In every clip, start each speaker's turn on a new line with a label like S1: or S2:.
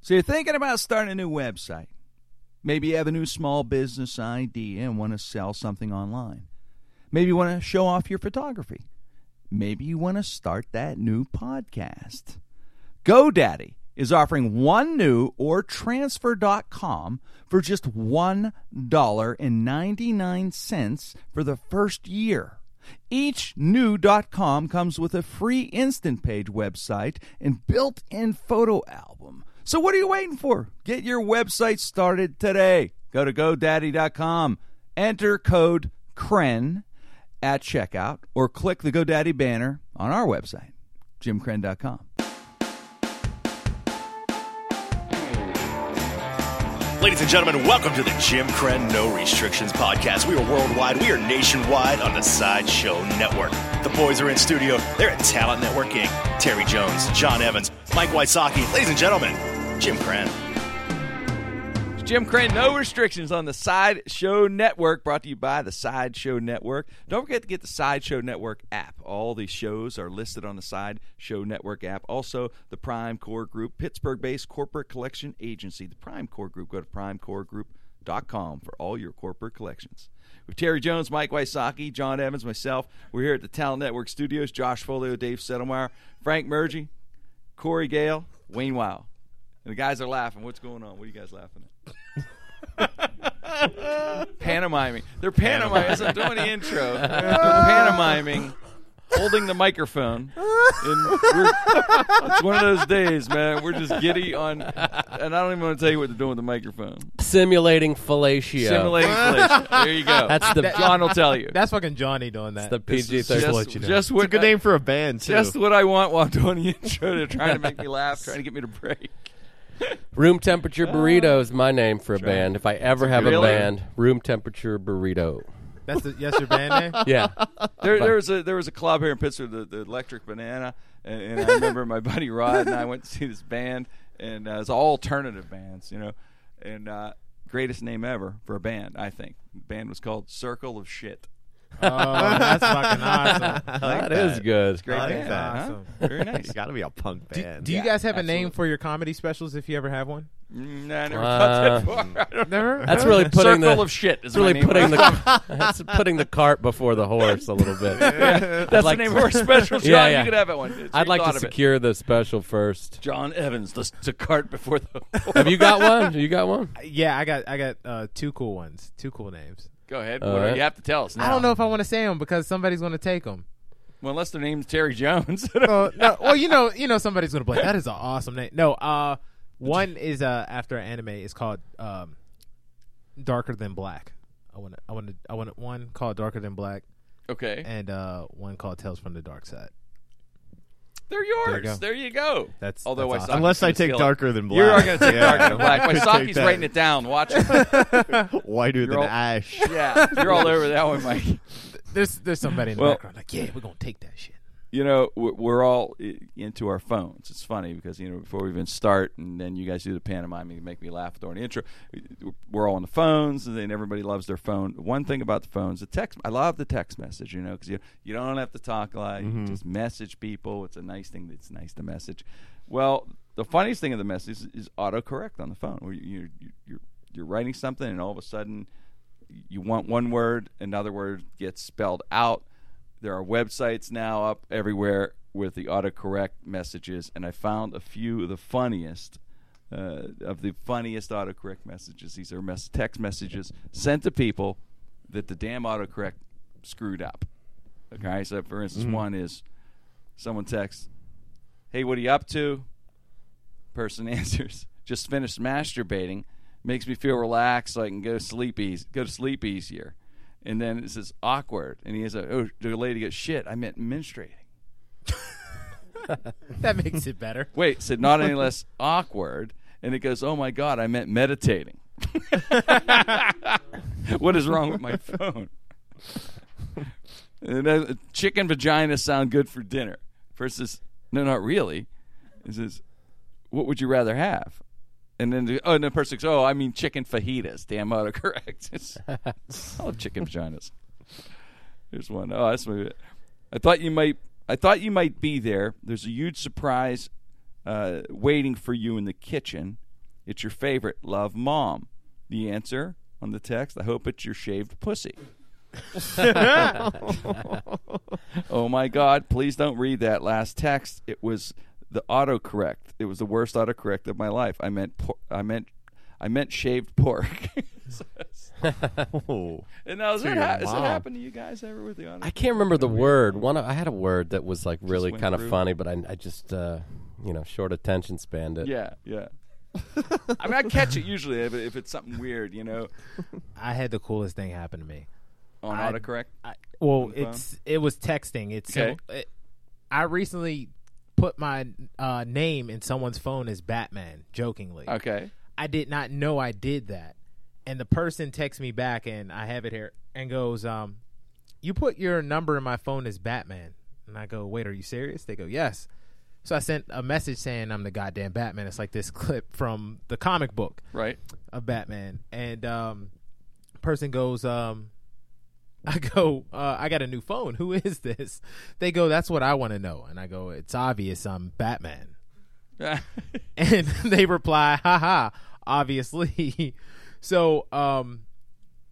S1: So you're thinking about starting a new website. Maybe you have a new small business idea and want to sell something online. Maybe you want to show off your photography. Maybe you want to start that new podcast. GoDaddy is offering one new or transfer.com for just $1.99 for the first year. Each new .com comes with a free instant page website and built-in photo album. So what are you waiting for? Get your website started today. Go to godaddy.com, enter code CREN at checkout or click the GoDaddy banner on our website, jimcren.com.
S2: Ladies and gentlemen, welcome to the Jim Crenn No Restrictions podcast. We are worldwide, we are nationwide on the Sideshow Network. The boys are in studio. They're at Talent Network Inc. Terry Jones, John Evans, Mike Wysocki. Ladies and gentlemen, Jim Crenn.
S1: It's Jim Crane, no restrictions on the Sideshow Network, brought to you by the Sideshow Network. Don't forget to get the Sideshow Network app. All the shows are listed on the Sideshow Network app. Also, the Prime Core Group, Pittsburgh based corporate collection agency. The Prime Core Group, go to primecoregroup.com for all your corporate collections. With Terry Jones, Mike Wysocki, John Evans, myself, we're here at the Talent Network Studios. Josh Folio, Dave Settlemyer, Frank Murgy, Corey Gale, Wayne Wow. And the guys are laughing. What's going on? What are you guys laughing at? pantomiming. They're pantomiming. As I'm doing the intro, they're pantomiming, holding the microphone. And we're, it's one of those days, man. We're just giddy on, and I don't even want to tell you what they're doing with the microphone.
S3: Simulating fellatio.
S1: Simulating inflation. There you go.
S3: That's the-
S1: John will tell you.
S4: That's fucking Johnny doing that.
S3: the PG
S1: just,
S3: thirteen.
S1: just what
S5: It's a good
S1: I-
S5: name for a band too.
S1: Just what I want while I'm doing the intro. They're trying to make me laugh, trying to get me to break.
S3: Room temperature burrito is my name for a band. If I ever have a
S1: Really?
S3: band, room temperature burrito.
S4: That's the yes, your band name.
S3: Yeah.
S1: There, there was a there was a club here in Pittsburgh, the, the Electric Banana, and, and I remember my buddy Rod and I went to see this band, and uh, it was all alternative bands, you know, and uh, greatest name ever for a band, I think. The band was called Circle of Shit.
S4: Oh, that's fucking awesome.
S3: that is good.
S1: Great
S5: like
S1: band,
S5: that.
S1: huh?
S4: Awesome.
S1: Very nice.
S5: It's got to be a punk band.
S4: Do you guys have a name for your comedy specials if you ever have one?
S1: Mm, nah, I never thought that far. I don't know.
S4: Never.
S3: That's really putting
S1: Circle
S3: the
S1: of Shit is
S3: that's really
S1: my name.
S3: putting the that's putting the cart before the horse a little bit.
S1: That's
S3: like
S1: the name
S3: to-
S1: of our special. John,
S3: Yeah, yeah.
S1: you could have it one.
S3: I'd like
S1: Thought
S3: to
S1: of it.
S3: secure the special first.
S1: John Evans, the, the cart before the.
S3: Have you got one? You got one?
S4: Yeah, I got I got uh, two cool ones, two cool names.
S1: Go ahead.
S3: All
S1: what are-
S3: right.
S1: You have to tell us. Now.
S4: I don't know if I want to say them because somebody's going to take them.
S1: Well, unless their name's Terry Jones.
S4: Uh, no, well, you know, you know, somebody's going to be like, "That is an awesome name." No, uh, one is uh after an anime. It's called um, Darker Than Black. I want to, I want to, I want one called Darker Than Black
S1: okay.
S4: and uh one called Tales from the Dark Side.
S1: They're yours.
S4: go.
S1: There you go.
S4: That's-
S1: although
S4: that's
S1: Wysocki's
S4: awesome.
S5: Unless I
S1: gonna
S5: take
S1: steal it.
S5: darker than black.
S1: You are going to take
S5: Yeah,
S1: darker than black.
S5: I could take
S1: Wysocki's
S5: that.
S1: writing it down. Watch it.
S5: Whiter than
S1: all-
S5: ash.
S1: yeah, you're all over that one, Mike.
S4: There's there's somebody in the
S1: Well-
S4: background like, "Yeah, we're going to take that shit."
S1: You know, we're- we're all i- into our phones. It's funny because you know before we even start, and then you guys do the pantomiming to make me laugh during the intro. We're all on the phones, and then everybody loves their phone. One thing about the phones, the text. I love the text message. You know, because you you don't have to talk a lot. You just message people. It's a nice thing. It's nice to message. Well, the funniest thing of the message is, is autocorrect on the phone, where you, you you you're you're writing something, and all of a sudden you want one word, another word gets spelled out. There are websites now up everywhere with the autocorrect messages, and I found a few of the funniest uh, of the funniest autocorrect messages. These are mess- text messages sent to people that the damn autocorrect screwed up. Okay, so for instance, one is someone texts, "Hey, what are you up to?" Person answers, "Just finished masturbating. Makes me feel relaxed, so I can go sleep easy, go to sleep easier." And then it says awkward, and he is a oh, the lady goes, "Shit, I meant menstruating."
S4: That makes it better.
S1: Wait, said not any less awkward, and it goes, "Oh my god, I meant meditating." what is wrong with my phone? And then, uh, chicken vagina sound good for dinner? Versus, no, not really. It says, what would you rather have? And then, the, oh, and the person goes, oh, I mean chicken fajitas. Damn autocorrect. It's- I love chicken vaginas. Here's one. Oh, that's my. I thought you might. I thought you might be there. There's a huge surprise uh, waiting for you in the kitchen. It's your favorite. Love mom. The answer on the text I hope it's your shaved pussy. oh my God, please don't read that last text. It was the autocorrect. It was the worst autocorrect of my life. I meant por- I meant I meant shaved pork.
S5: Oh.
S1: and now, is that, ha- has that
S5: mom.
S1: happened to you guys ever with the autocorrect?
S3: I can't remember the word. One, I had a word that was like really
S1: went
S3: kind of
S1: through.
S3: funny, but I, I just, uh, you know, short attention span. It.
S1: Yeah, yeah. I mean, I catch it usually if, if it's something weird, you know,
S4: I had the coolest thing happen to me.
S1: on
S4: I-
S1: autocorrect.
S4: I, well,
S1: phone?
S4: it's it was texting. It's so-
S1: Okay.
S4: it- I recently put my uh, name in someone's phone as Batman jokingly.
S1: Okay.
S4: I did not know I did that, and the person texts me back, and I have it here, and goes, um, "You put your number in my phone as Batman," and I go, "Wait, are you serious?" They go, "Yes." So I sent a message saying I'm the goddamn Batman. It's like this clip from the comic book
S1: Right.
S4: of Batman, and um, person goes, um, I go, uh, I got a new phone. Who is this? They go, that's what I want to know, and I go, it's obvious I'm Batman, and they reply, haha, obviously. so um,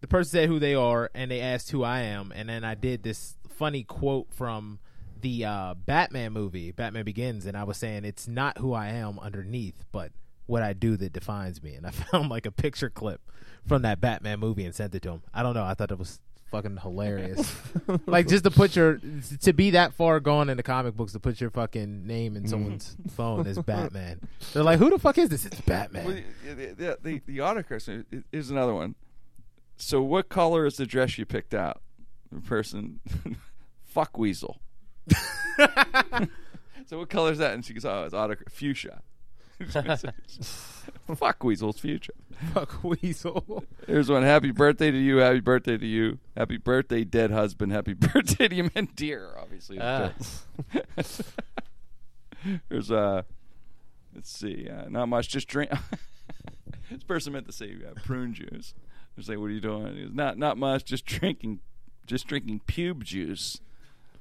S4: the person said who they are, and they asked who I am, and then I did this funny quote from. The uh, Batman movie, Batman Begins, and I was saying it's not who I am underneath, but what I do that defines me. And I found like a picture clip from that Batman movie and sent it to him. I don't know. I thought it was fucking hilarious. like just to put your to be that far gone in the comic books to put your fucking name in someone's phone is Batman. They're like, who the fuck is this? It's
S1: Well,
S4: Batman.
S1: the, the, the, the autocorrect is- is another one. So, what color is the dress you picked out? The person, fuck weasel. so, what color is that? And she goes, oh, it's autocorrect, fuchsia. fuck weasel, it's fuchsia.
S4: Fuck weasel.
S1: Here's one. Happy birthday to you. Happy birthday to you. Happy birthday, dead husband. Happy birthday to you, man. Dear, obviously.
S3: Ah.
S1: There's uh, let's see, uh, not much. Just drink. this person meant to say uh, prune juice. I was like, "What are you doing?" He goes, "Not not much. Just drinking, just drinking pube juice."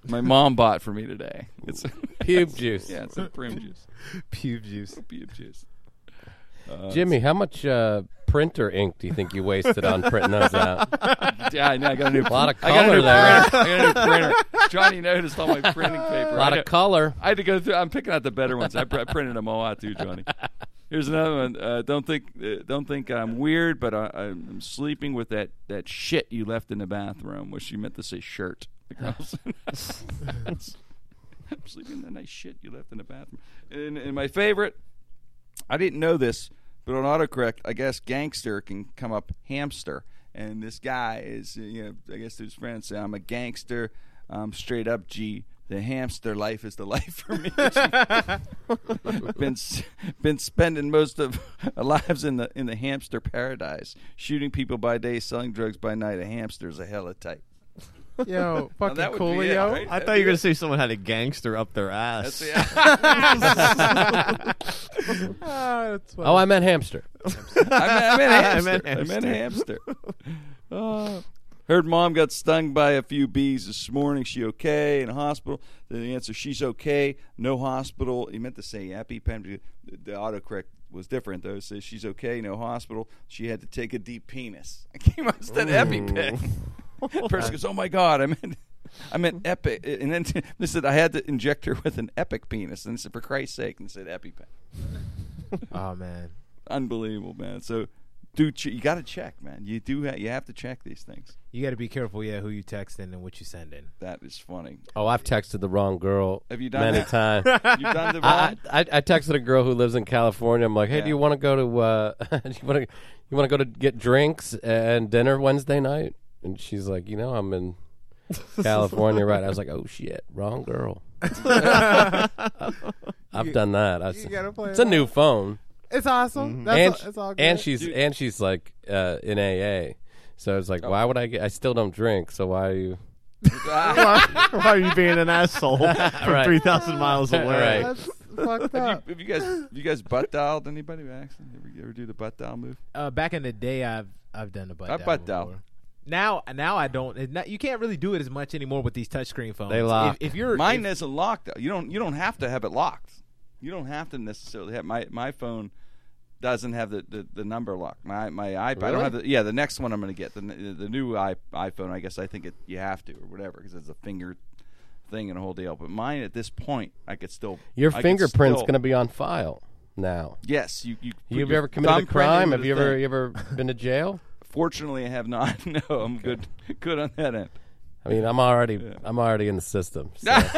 S1: My mom bought for me today. It's
S3: Pube juice.
S1: yeah, it's like prune juice,
S4: Pube juice.
S1: pube juice.
S3: Jimmy, how much uh, printer ink do you think you wasted on printing those out?
S1: Yeah, I know. I got a new.
S3: A lot of
S1: I got a
S3: color
S1: new
S3: there.
S1: printer. I got a new printer. Johnny noticed all my printing paper.
S3: A lot
S1: I
S3: of
S1: got-
S3: color.
S1: I had to go through. I'm picking out the better ones. I, pr- I printed them all out too, Johnny. Here's another one. Uh, don't think uh, don't think I'm weird, but I, I'm sleeping with that that shit you left in the bathroom. Which she meant to say shirt. The girls. I'm sleeping in that nice shit you left in the bathroom. And, and my favorite, I didn't know this, but on autocorrect, I guess gangster can come up hamster. And this guy is, you know, I guess his friends say, I'm a gangster. I'm straight up G. The hamster life is the life for me. been s- been spending most of our lives in the in the hamster paradise, shooting people by day, selling drugs by night. A hamster's a hella type.
S4: Yo, fucking
S1: that would be
S4: coolio.
S1: it, right?
S5: I thought you were going to say someone had a gangster up their ass.
S4: Ah, that's what-
S3: Oh, I meant hamster.
S1: I meant, I
S5: meant
S1: meant hamster. I meant hamster. Uh, heard mom got stung by a few bees this morning. She okay in hospital? The answer she's okay. No hospital. He meant to say EpiPen. The, the autocorrect was different though. It says she's okay. No hospital. She had to take a deep penis. I came out instead of EpiPen. Person goes, oh my god, I meant. I meant epic, and then they said I had to inject her with an epic penis, and they said, "For Christ's sake!" and they said, "EpiPen."
S4: oh man.
S1: unbelievable, man. So do ch- you got to check, man? You do ha- you have to check these things.
S4: You got to be careful, yeah, who you texting and what you sending.
S1: That is funny.
S3: Oh, I've texted the wrong girl
S1: Have you done
S3: many
S1: that?
S3: times.
S1: You've done the
S3: I,
S1: wrong.
S3: I I texted a girl who lives in California. I'm like, hey,
S1: Yeah.
S3: do you want to go to uh, do you want to you want to go to get drinks and dinner Wednesday night? And she's like, you know, I'm in California, right? I was like, oh shit, wrong girl. I've done that. I was-
S4: gotta play
S3: it's a Mm-hmm.
S4: along.
S3: new phone,
S4: It's awesome. That's
S3: and
S4: all,
S3: sh-
S4: it's all good.
S3: and she's and she's like uh, in AA. So it's like,
S1: Oh.
S3: why would I get? I still don't drink, so why are you?
S5: Why why are you being an asshole from
S3: Right.
S5: 3,000 miles away?
S3: Right.
S4: that's fucked up.
S1: Have you guys have you guys butt dialed anybody by accident? Ever, you ever do the butt dial move?
S4: uh, back in the day, I've I've done the butt.
S1: I
S4: dial
S1: butt dial.
S4: before. Now, now I don't. it not- you can't really do it as much anymore with these touchscreen phones.
S3: They lock.
S4: If, if you're
S1: Mine
S4: if-
S1: isn't locked. though. You don't you don't have to have it locked. You don't have to necessarily have my my phone. doesn't have the, the, the number lock. My my iPad. I don't have the. Yeah, the next one I'm going to get the the new i iPhone. I guess I think it you have to or whatever because it's a finger thing and a whole deal. But mine at this point, I could still
S3: Your
S1: I could
S3: fingerprint's
S1: still-
S3: going to be on file now.
S1: Yes, you you. put
S3: You've
S1: your
S3: ever committed a
S1: thumbprint
S3: crime?
S1: into
S3: Have
S1: the
S3: you ever
S1: thing.
S3: you ever been to jail?
S1: Fortunately, I have not. No, I'm good. Good on that end.
S3: I mean, I'm already I'm already in the system. so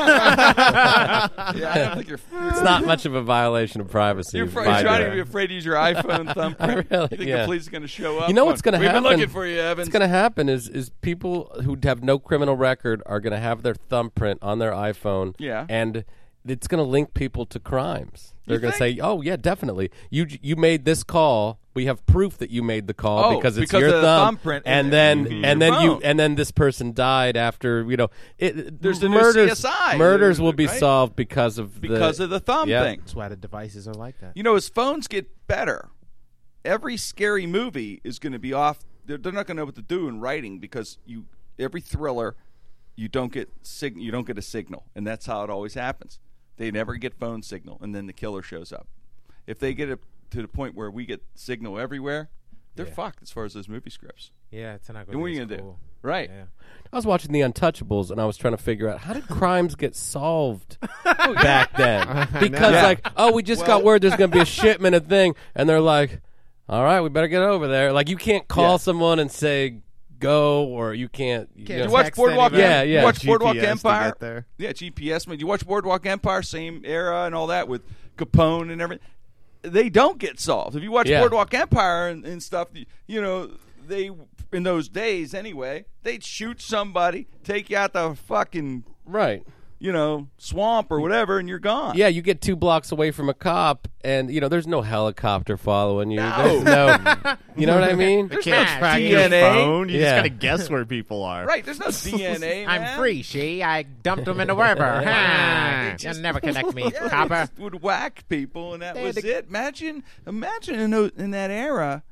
S1: Yeah, I don't think you're. you're
S3: it's not much of a violation of privacy.
S1: You're, fr-
S3: by
S1: you're trying to
S3: doing
S1: be
S3: it.
S1: afraid to use your iPhone thumbprint.
S3: Really,
S1: you think
S3: yeah.
S1: the police are going to show up?
S3: You know what's
S1: going to
S3: happen?
S1: We've been looking for you, Evans.
S3: What's going to happen is is people who have no criminal record are going to have their thumbprint on their iPhone.
S1: Yeah.
S3: and it's going to link people to crimes. They're
S1: You
S3: going to
S1: think?
S3: say, "Oh yeah, definitely. You j- you made this call. We have proof that you made the call
S1: Oh,
S3: because it's
S1: because
S3: your
S1: of the
S3: thumb."
S1: thumbprint in
S3: and
S1: it.
S3: then
S1: Mhm.
S3: and then
S1: Your
S3: you
S1: phone.
S3: and then this person died after you know. It,
S1: There's the new
S3: murders.
S1: CSI,
S3: murders will be
S1: right?
S3: solved because of
S1: because
S3: the,
S1: of the thumb
S3: Yeah.
S1: thing.
S4: That's why the devices are like that.
S1: You know, as phones get better, every scary movie is going to be off. They're, they're not going to know what to do in writing because you every thriller, you don't get sig- you don't get a signal, and that's how it always happens. They never get phone signal, and then the killer shows up. If they get it to the point where we get signal everywhere, they're fucked as far as those movie scripts.
S4: Yeah, it's not
S1: And
S4: going
S1: what are you
S4: to
S1: going to
S4: be
S1: do?
S4: cool.
S1: Right.
S4: Yeah.
S3: I was watching The Untouchables and I was trying to figure out how did crimes get solved back then? Because
S1: Yeah.
S3: like, oh, we just got word there's going to be a shipment of thing, and they're like, all right, we better get over there. Like, you can't call
S1: Yeah.
S3: someone and say go, or you can't. You
S4: Can't
S3: know.
S1: You watch
S4: Text
S1: Boardwalk
S4: anybody.
S1: Empire?
S3: Yeah, yeah.
S1: You watch Boardwalk
S5: GPS to
S1: Empire.
S5: get there.
S1: Yeah, GPS. Man, you watch Boardwalk Empire, same era and all that with Capone and everything. They don't get solved. If you watch
S3: Yeah.
S1: Boardwalk Empire and, and stuff, you, you know they in those days anyway, they'd shoot somebody, take you out the fucking
S3: right.
S1: you know swamp or whatever, and you're gone.
S3: Yeah, you get two blocks away from a cop, and you know there's no helicopter following you. There's no, you know what I mean?
S5: Can't
S4: Nah,
S5: track your
S1: DNA.
S5: phone. You
S3: Yeah.
S5: just gotta guess where people are.
S1: right. There's no DNA. man.
S4: I'm free, she. I dumped him in the river. Ha! You'll never connect me,
S1: Yeah, they
S4: copper.
S1: just would whack people, and that
S4: They
S1: was
S4: had to-
S1: it. Imagine, imagine in, tho- in that era,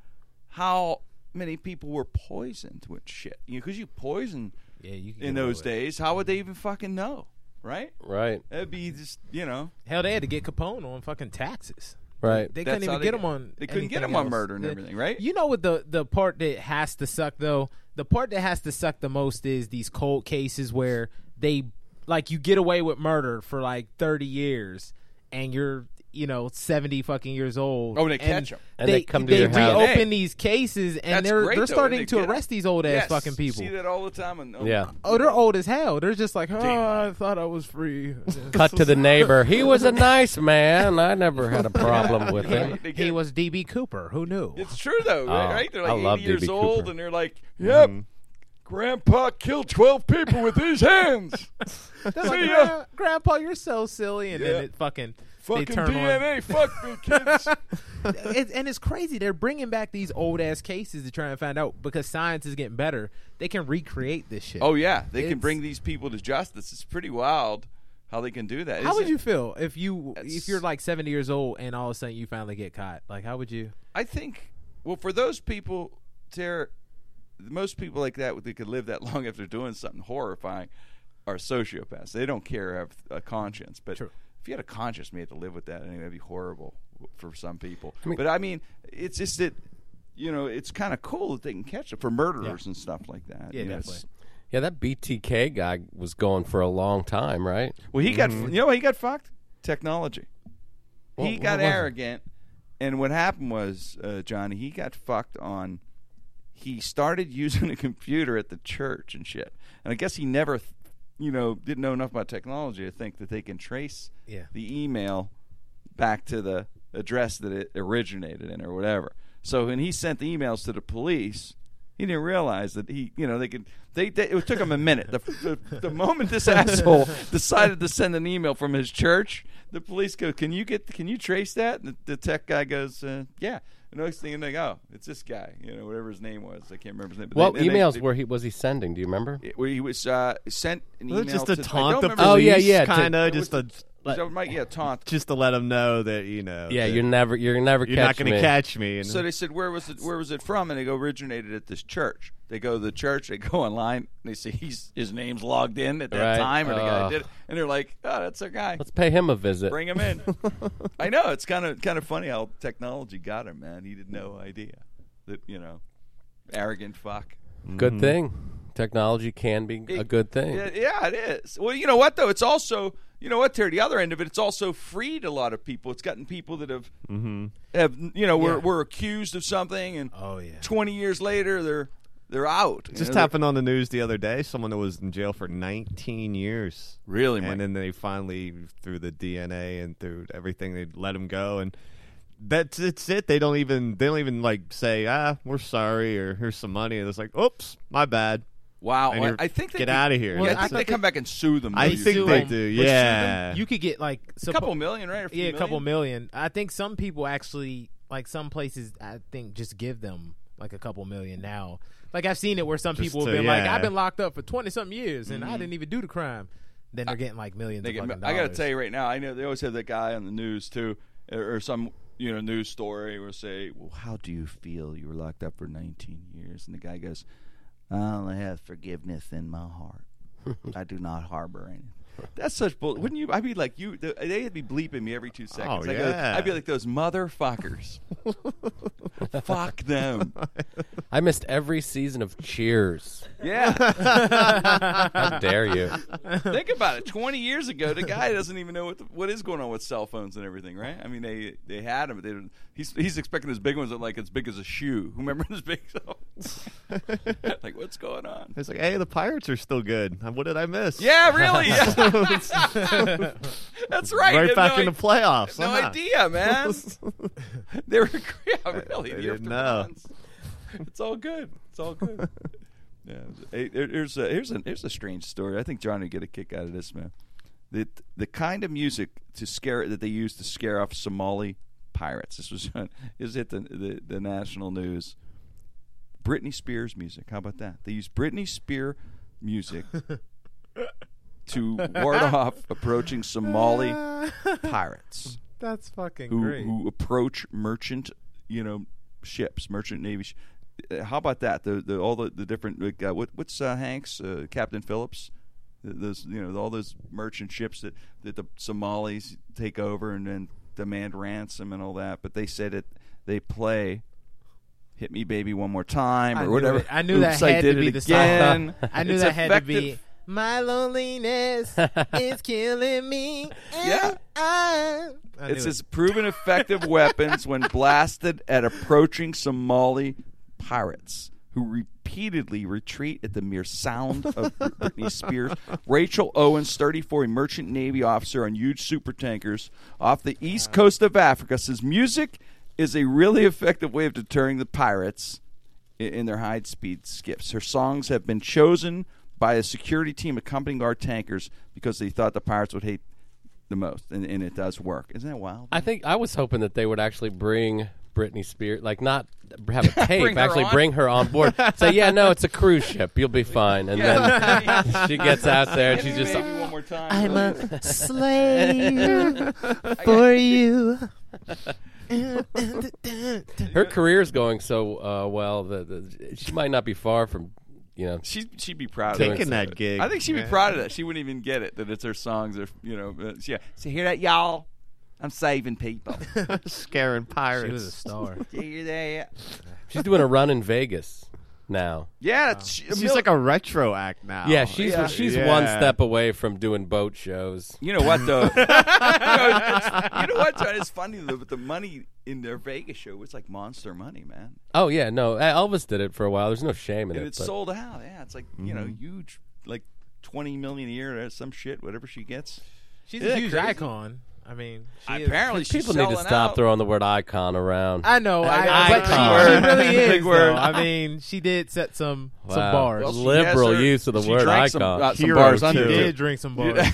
S1: how many people were poisoned with shit. You because you poison
S4: Yeah, you can
S1: in
S4: get away
S1: those
S4: with it.
S1: days. How would they even fucking know, right?
S3: Right,
S1: That'd be just you know.
S4: Hell, they had to get Capone on fucking taxes.
S3: right.
S4: They
S1: That's
S4: couldn't
S1: how
S4: even
S1: they
S4: get
S1: got-
S4: him on.
S1: they couldn't get
S4: anything
S1: him on
S4: else.
S1: murder and
S4: The-
S1: everything, right?
S4: You know what the the part that has to suck though. The part that has to suck the most is these cold cases where they like you get away with murder for like thirty years, and you're you know seventy fucking years old.
S1: Oh, and they catch 'em.
S3: And they come to
S4: they
S3: your house.
S4: reopen these cases, and
S1: That's
S4: they're
S1: great,
S4: they're
S1: though,
S4: starting
S1: when they
S4: to
S1: get 'em.
S4: arrest these old ass
S1: Yes,
S4: fucking people.
S1: See that all the time. And, oh,
S3: Yeah.
S4: Oh, they're old as hell. They're just like, oh, I thought I was free.
S3: Cut to the neighbor. He was a nice man. I never had a problem with him.
S1: They get-
S4: he was DB Cooper. Who knew?
S1: It's true
S4: Oh,
S1: though, right? They're like
S3: I
S1: eighty
S3: love
S1: years
S3: DB
S1: old,
S3: Cooper.
S1: and they're like, "Yep,
S4: Mm-hmm.
S1: Grandpa killed twelve people with his hands."
S4: They're like,
S1: See ya.
S4: "Gran- Grandpa, you're so silly, and
S1: Yeah.
S4: then it fucking
S1: Fucking
S4: they turn
S1: DNA, fuck me, kids.
S4: on. It, and it's crazy. They're bringing back these old ass cases to try and find out because science is getting better. They can recreate this shit.
S1: Oh yeah, they can
S4: It's-
S1: bring these people to justice. It's pretty wild how they can do that.
S4: how
S1: isn't
S4: would
S1: it?
S4: you feel if you
S1: That's-
S4: if you're like seventy years old and all of a sudden you finally get caught? Like, how would you?
S1: I think. Well, for those people, Tara, most people like that they could live that long after doing something horrifying are sociopaths. They don't care have a conscience, but. If you had a conscience, you had to live with that. I mean, that'd be horrible for some people. but I mean, it's just that you know, it's kind of cool that they can catch it for murderers and stuff like that.
S4: Yeah,
S1: you know, it's-
S4: definitely.
S3: Yeah, that BTK guy was going for a long time, right?
S1: Well, he got
S3: Mm-hmm.
S1: you know what he got fucked technology. he
S3: what
S1: got
S3: was it?
S1: arrogant, and what happened was uh, Johnny he got fucked on. He started using a computer at the church and shit, and I guess he never, th- you know, didn't know enough about technology to think that they can trace
S4: Yeah.
S1: the email back to the address that it originated in or whatever. So when he sent the emails to the police, he didn't realize that he, you know, they could. They, they it took him a minute. The, the, the moment this asshole decided to send an email from his church, the police go, "Can you get? Can you trace that?" And the, the tech guy goes, uh, "Yeah." And the next thing they go, "Oh, it's this guy," you know, whatever his name was. I can't remember his name. But
S3: What
S1: they, and they-
S3: emails
S1: they-
S3: were he was he sending? Do you remember?
S1: it- where he was uh, sent an
S5: Was
S1: email
S5: it just to
S1: I
S5: taunt
S1: don't
S5: the
S1: remember
S5: police?
S3: Oh, yeah, yeah, to-
S5: Kind of just to Let-
S1: so, Mike, yeah, taunt.
S5: just to let them know that you know.
S3: Yeah,
S5: that
S3: you're never you're never
S5: you're
S3: catch
S5: not going to
S3: me.
S5: catch me. And
S1: So they said, where was it? Where was it from? And they go originated at this church. They go to the church. They go online. And they see he's his name's logged in at that
S3: Right.
S1: time, or the guy
S3: Ugh.
S1: did it. And they're like, oh, that's our guy.
S3: Let's pay him a visit.
S1: Bring him in. I know it's kind of kind of funny how technology got him, man. He had no idea that you know, arrogant fuck.
S3: Good thing. Technology can be a good thing.
S1: Mm-hmm. Yeah, yeah, it is. Well, you know what though? It's also you know what, Terry. The other end of it, it's also freed a lot of people. It's gotten people that have
S5: Mm-hmm.
S1: have you know were were accused of something, and
S4: Oh, yeah.
S1: twenty years later they're they're out. You
S5: just
S1: know,
S5: happened on the news the other day. Someone that was in jail for 19 years.
S1: Really, Mike?
S5: And then they finally, through the DNA and through everything, they let him go. And that's it's it. They don't even they don't even like say ah we're sorry or here's some money. It's like oops my bad.
S1: Wow,
S5: and
S1: Oh, I,
S5: you're-
S1: I think they
S5: get
S1: could-
S5: outta here.
S1: Yeah,
S5: Well,
S1: I think
S5: I
S1: they
S5: thought
S1: come back and sue them.
S5: I
S1: though,
S5: think
S1: usually.
S5: they
S4: them.
S5: do.
S4: But
S1: sue them.
S5: Yeah.
S4: You could get like
S1: a
S4: suppo-
S1: couple million, right? Or a few
S4: yeah, a couple
S1: million?
S4: million. I think some people actually like some places. I think just give them like a couple million now. Like I've seen it where some
S5: Just
S4: people have
S5: to-
S4: been like,
S5: yeah.
S4: I've been locked up for twenty something years and I didn't even do the crime. Then they're getting like millions.
S1: Mm-hmm. They
S4: of
S1: get-
S4: fucking
S1: I
S4: got
S1: got to tell you right now, I know they always have that guy on the news too, or or some you know news story will say, "Well, how do you feel? You were locked up for 19 years," and the guy goes, "I'll have forgiveness in my heart. I do not harbor any." That's such bull. Wouldn't you? I'd be like you. th- They'd be bleeping me every two seconds.
S5: Oh,
S1: I'd, go-
S5: yeah.
S1: I'd be like those motherfuckers. Fuck them.
S3: I missed every season of Cheers.
S1: Yeah.
S3: How dare you?
S1: Think about it. Twenty years ago, the guy doesn't even know what the, what is going on with cell phones and everything, right? I mean, they they had him. But they, didn't- he's he's expecting those big ones that like as big as a shoe. Remember those big? like what's going on?
S5: It's like hey the pirates are still good. Uh, What did I miss?
S1: Yeah, really. Yeah. That's right.
S5: right
S1: Had
S5: back
S1: no
S5: in the
S1: i-
S5: playoffs.
S1: No
S5: huh?
S1: idea, man. they were yeah, really.
S5: they
S1: the after
S5: didn't know.
S1: ones. It's all good. It's all good. yeah. Hey, there- Here's a, here's a here's a strange story. I think John would get a kick out of this, man. The the kind of music to scare that they used to scare off Somali pirates. This was is it the the, the national news. Britney Spears music. How about that? They used Britney Spears music to ward off approaching Somali pirates
S4: That's fucking
S1: who,
S4: great.
S1: who approach merchant, you know, ships, merchant navy. Sh- uh, how about that? The, the all the, the different like, uh, what, what's uh, Hanks, uh, Captain Phillips, Th- those you know all those merchant ships that that the Somalis take over and then demand ransom and all that. But they said it. They play. Hit me, baby, one more time,
S4: I
S1: or
S4: knew
S1: whatever.
S4: it. I knew
S1: Oops,
S4: that
S1: I
S4: had
S1: did
S4: to
S1: it
S4: be the song.
S1: again.
S4: I knew
S1: It's
S4: that had to be
S1: effective.
S4: my loneliness is killing me.
S1: Yeah.
S4: I, I
S1: It's
S4: knew it.
S1: his proven effective weapons when blasted at approaching Somali pirates who repeatedly retreat at the mere sound of Britney Spears. Rachel Owens, 34, a merchant navy officer on huge supertankers off the east coast of Africa, says music is a really effective way of deterring the pirates i- in their high speed skiffs. Her songs have been chosen by a security team accompanying our tankers because they thought the pirates would hate the most, and, and it does work. Isn't that wild?
S3: I think I was hoping that they would actually bring Britney Spears, like not have a tape,
S1: Bring her
S3: actually
S1: on.
S3: bring her on board. Say, yeah, no, it's a cruise ship. You'll be fine. And then she gets out there and she's just
S1: Maybe one more time. I'm
S4: a slave for you.
S3: her career's going so uh, well that that she might not be far from, you know.
S1: she she'd be proud of
S5: Taking
S1: it.
S5: that gig.
S1: I think she'd be proud of that. She wouldn't even get it that it's her songs. Or you know, uh, yeah. So hear that, y'all. I'm saving people.
S5: scaring
S4: She was a
S5: pirates.
S4: star.
S1: Do you hear that?
S3: She's doing a run in Vegas now.
S1: Yeah, that's, she-
S5: She's
S1: Mil-
S5: like a retro act now.
S3: Yeah, she's
S1: Oh, yeah.
S3: she's
S5: Yeah.
S3: one step away from doing boat shows.
S1: You know what though? you, know, it's, you know what? John? It's funny though, but the money in their Vegas show was like monster money, man.
S3: Oh yeah, no, Elvis did it for a while. There's no shame in
S1: And
S3: it.
S1: it's
S3: but-
S1: sold out. Yeah, it's like you know, huge, like twenty million a year or some shit, whatever she gets.
S4: She's
S1: Isn't
S4: a
S1: that
S4: huge
S1: crazy?
S4: icon. I mean, she is-
S1: Apparently, she's
S3: people need to
S1: selling
S3: stop
S1: out.
S3: throwing the word icon around.
S4: I know. I,
S1: I-
S4: but
S3: icon.
S4: she, she really is.
S1: Big word.
S4: though. I mean, she did set some some
S3: Wow.
S4: bars.
S1: Well, she
S3: Liberal
S1: has her-
S3: use of the
S1: she
S3: word
S1: drank
S3: icon.
S1: Some, uh, some
S5: Hero,
S1: bars
S5: too.
S1: under.
S4: she
S5: yeah.
S4: did drink some bars.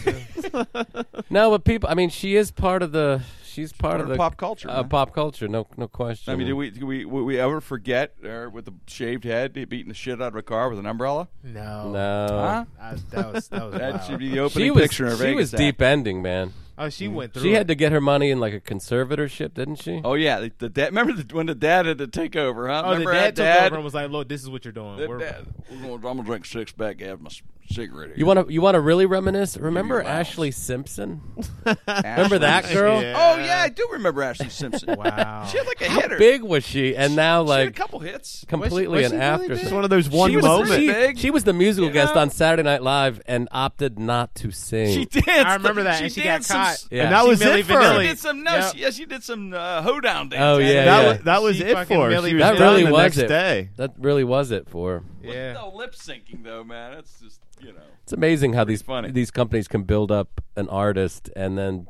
S3: No, but people. I mean, she is part of the. She's part,
S1: Part
S3: of
S1: of
S3: the
S1: pop culture,
S3: Uh,
S1: man.
S3: pop culture, no, no question.
S1: I mean, do we do we would we ever forget her with the shaved head beating the shit out of a car with an umbrella?
S4: No,
S3: no.
S1: Huh?
S4: I, that was that was
S1: That
S4: wild.
S1: should be the
S3: Uh, She
S1: opening
S3: was.
S1: picture of
S3: she
S1: Vegas
S3: was
S1: act.
S3: deep ending, man.
S4: Oh, she went through.
S3: She had
S4: it.
S3: to get her money in like a conservatorship, didn't she?
S1: Oh yeah, the, the dad. Remember the, when the dad had to take over? Huh?
S4: Oh, the
S1: remember
S4: dad,
S1: that
S4: took
S1: dad?
S4: over and was like, "Look, this is what you're doing."
S1: that
S4: We're-
S1: dad, "We're gonna- I'm gonna drink six pack. Have my c- cigarette. Here.
S3: You want to? You want to really reminisce? Remember
S1: your mouse.
S3: Ashley Simpson? Remember that girl?
S5: Yeah.
S1: Oh yeah, I do remember Ashley Simpson.
S4: Wow.
S1: she had like a hitter.
S3: Big was she? And now
S1: she had a
S3: like
S1: couple hits.
S3: completely an
S4: was she really
S3: after.
S4: big?
S5: It's one of those one
S3: she was,
S5: moments.
S1: pretty
S3: She,
S1: big.
S3: she was the musical
S1: You
S3: guest
S1: know?
S3: on Saturday Night Live and opted not to sing.
S1: She danced.
S4: I remember that, and she got
S1: danced some
S4: caught.
S1: s-
S3: Yeah.
S5: And that
S3: She
S5: was
S4: Milli
S5: it for
S1: She
S5: her.
S4: Vanilli.
S1: did some no.
S4: Yep.
S1: She, yeah, she did some uh, hoedown dance.
S3: Oh, yeah,
S5: That
S3: yeah.
S5: was, that was
S4: She
S5: it
S4: fucking
S5: for her.
S4: Milli
S5: She was
S3: that
S5: done
S3: really
S5: the
S3: was
S5: next
S3: it.
S5: day.
S3: That really was it for. her.
S4: yeah.
S1: No lip syncing though, man. That's just you know.
S3: It's amazing how these
S1: funny.
S3: these companies can build up an artist and then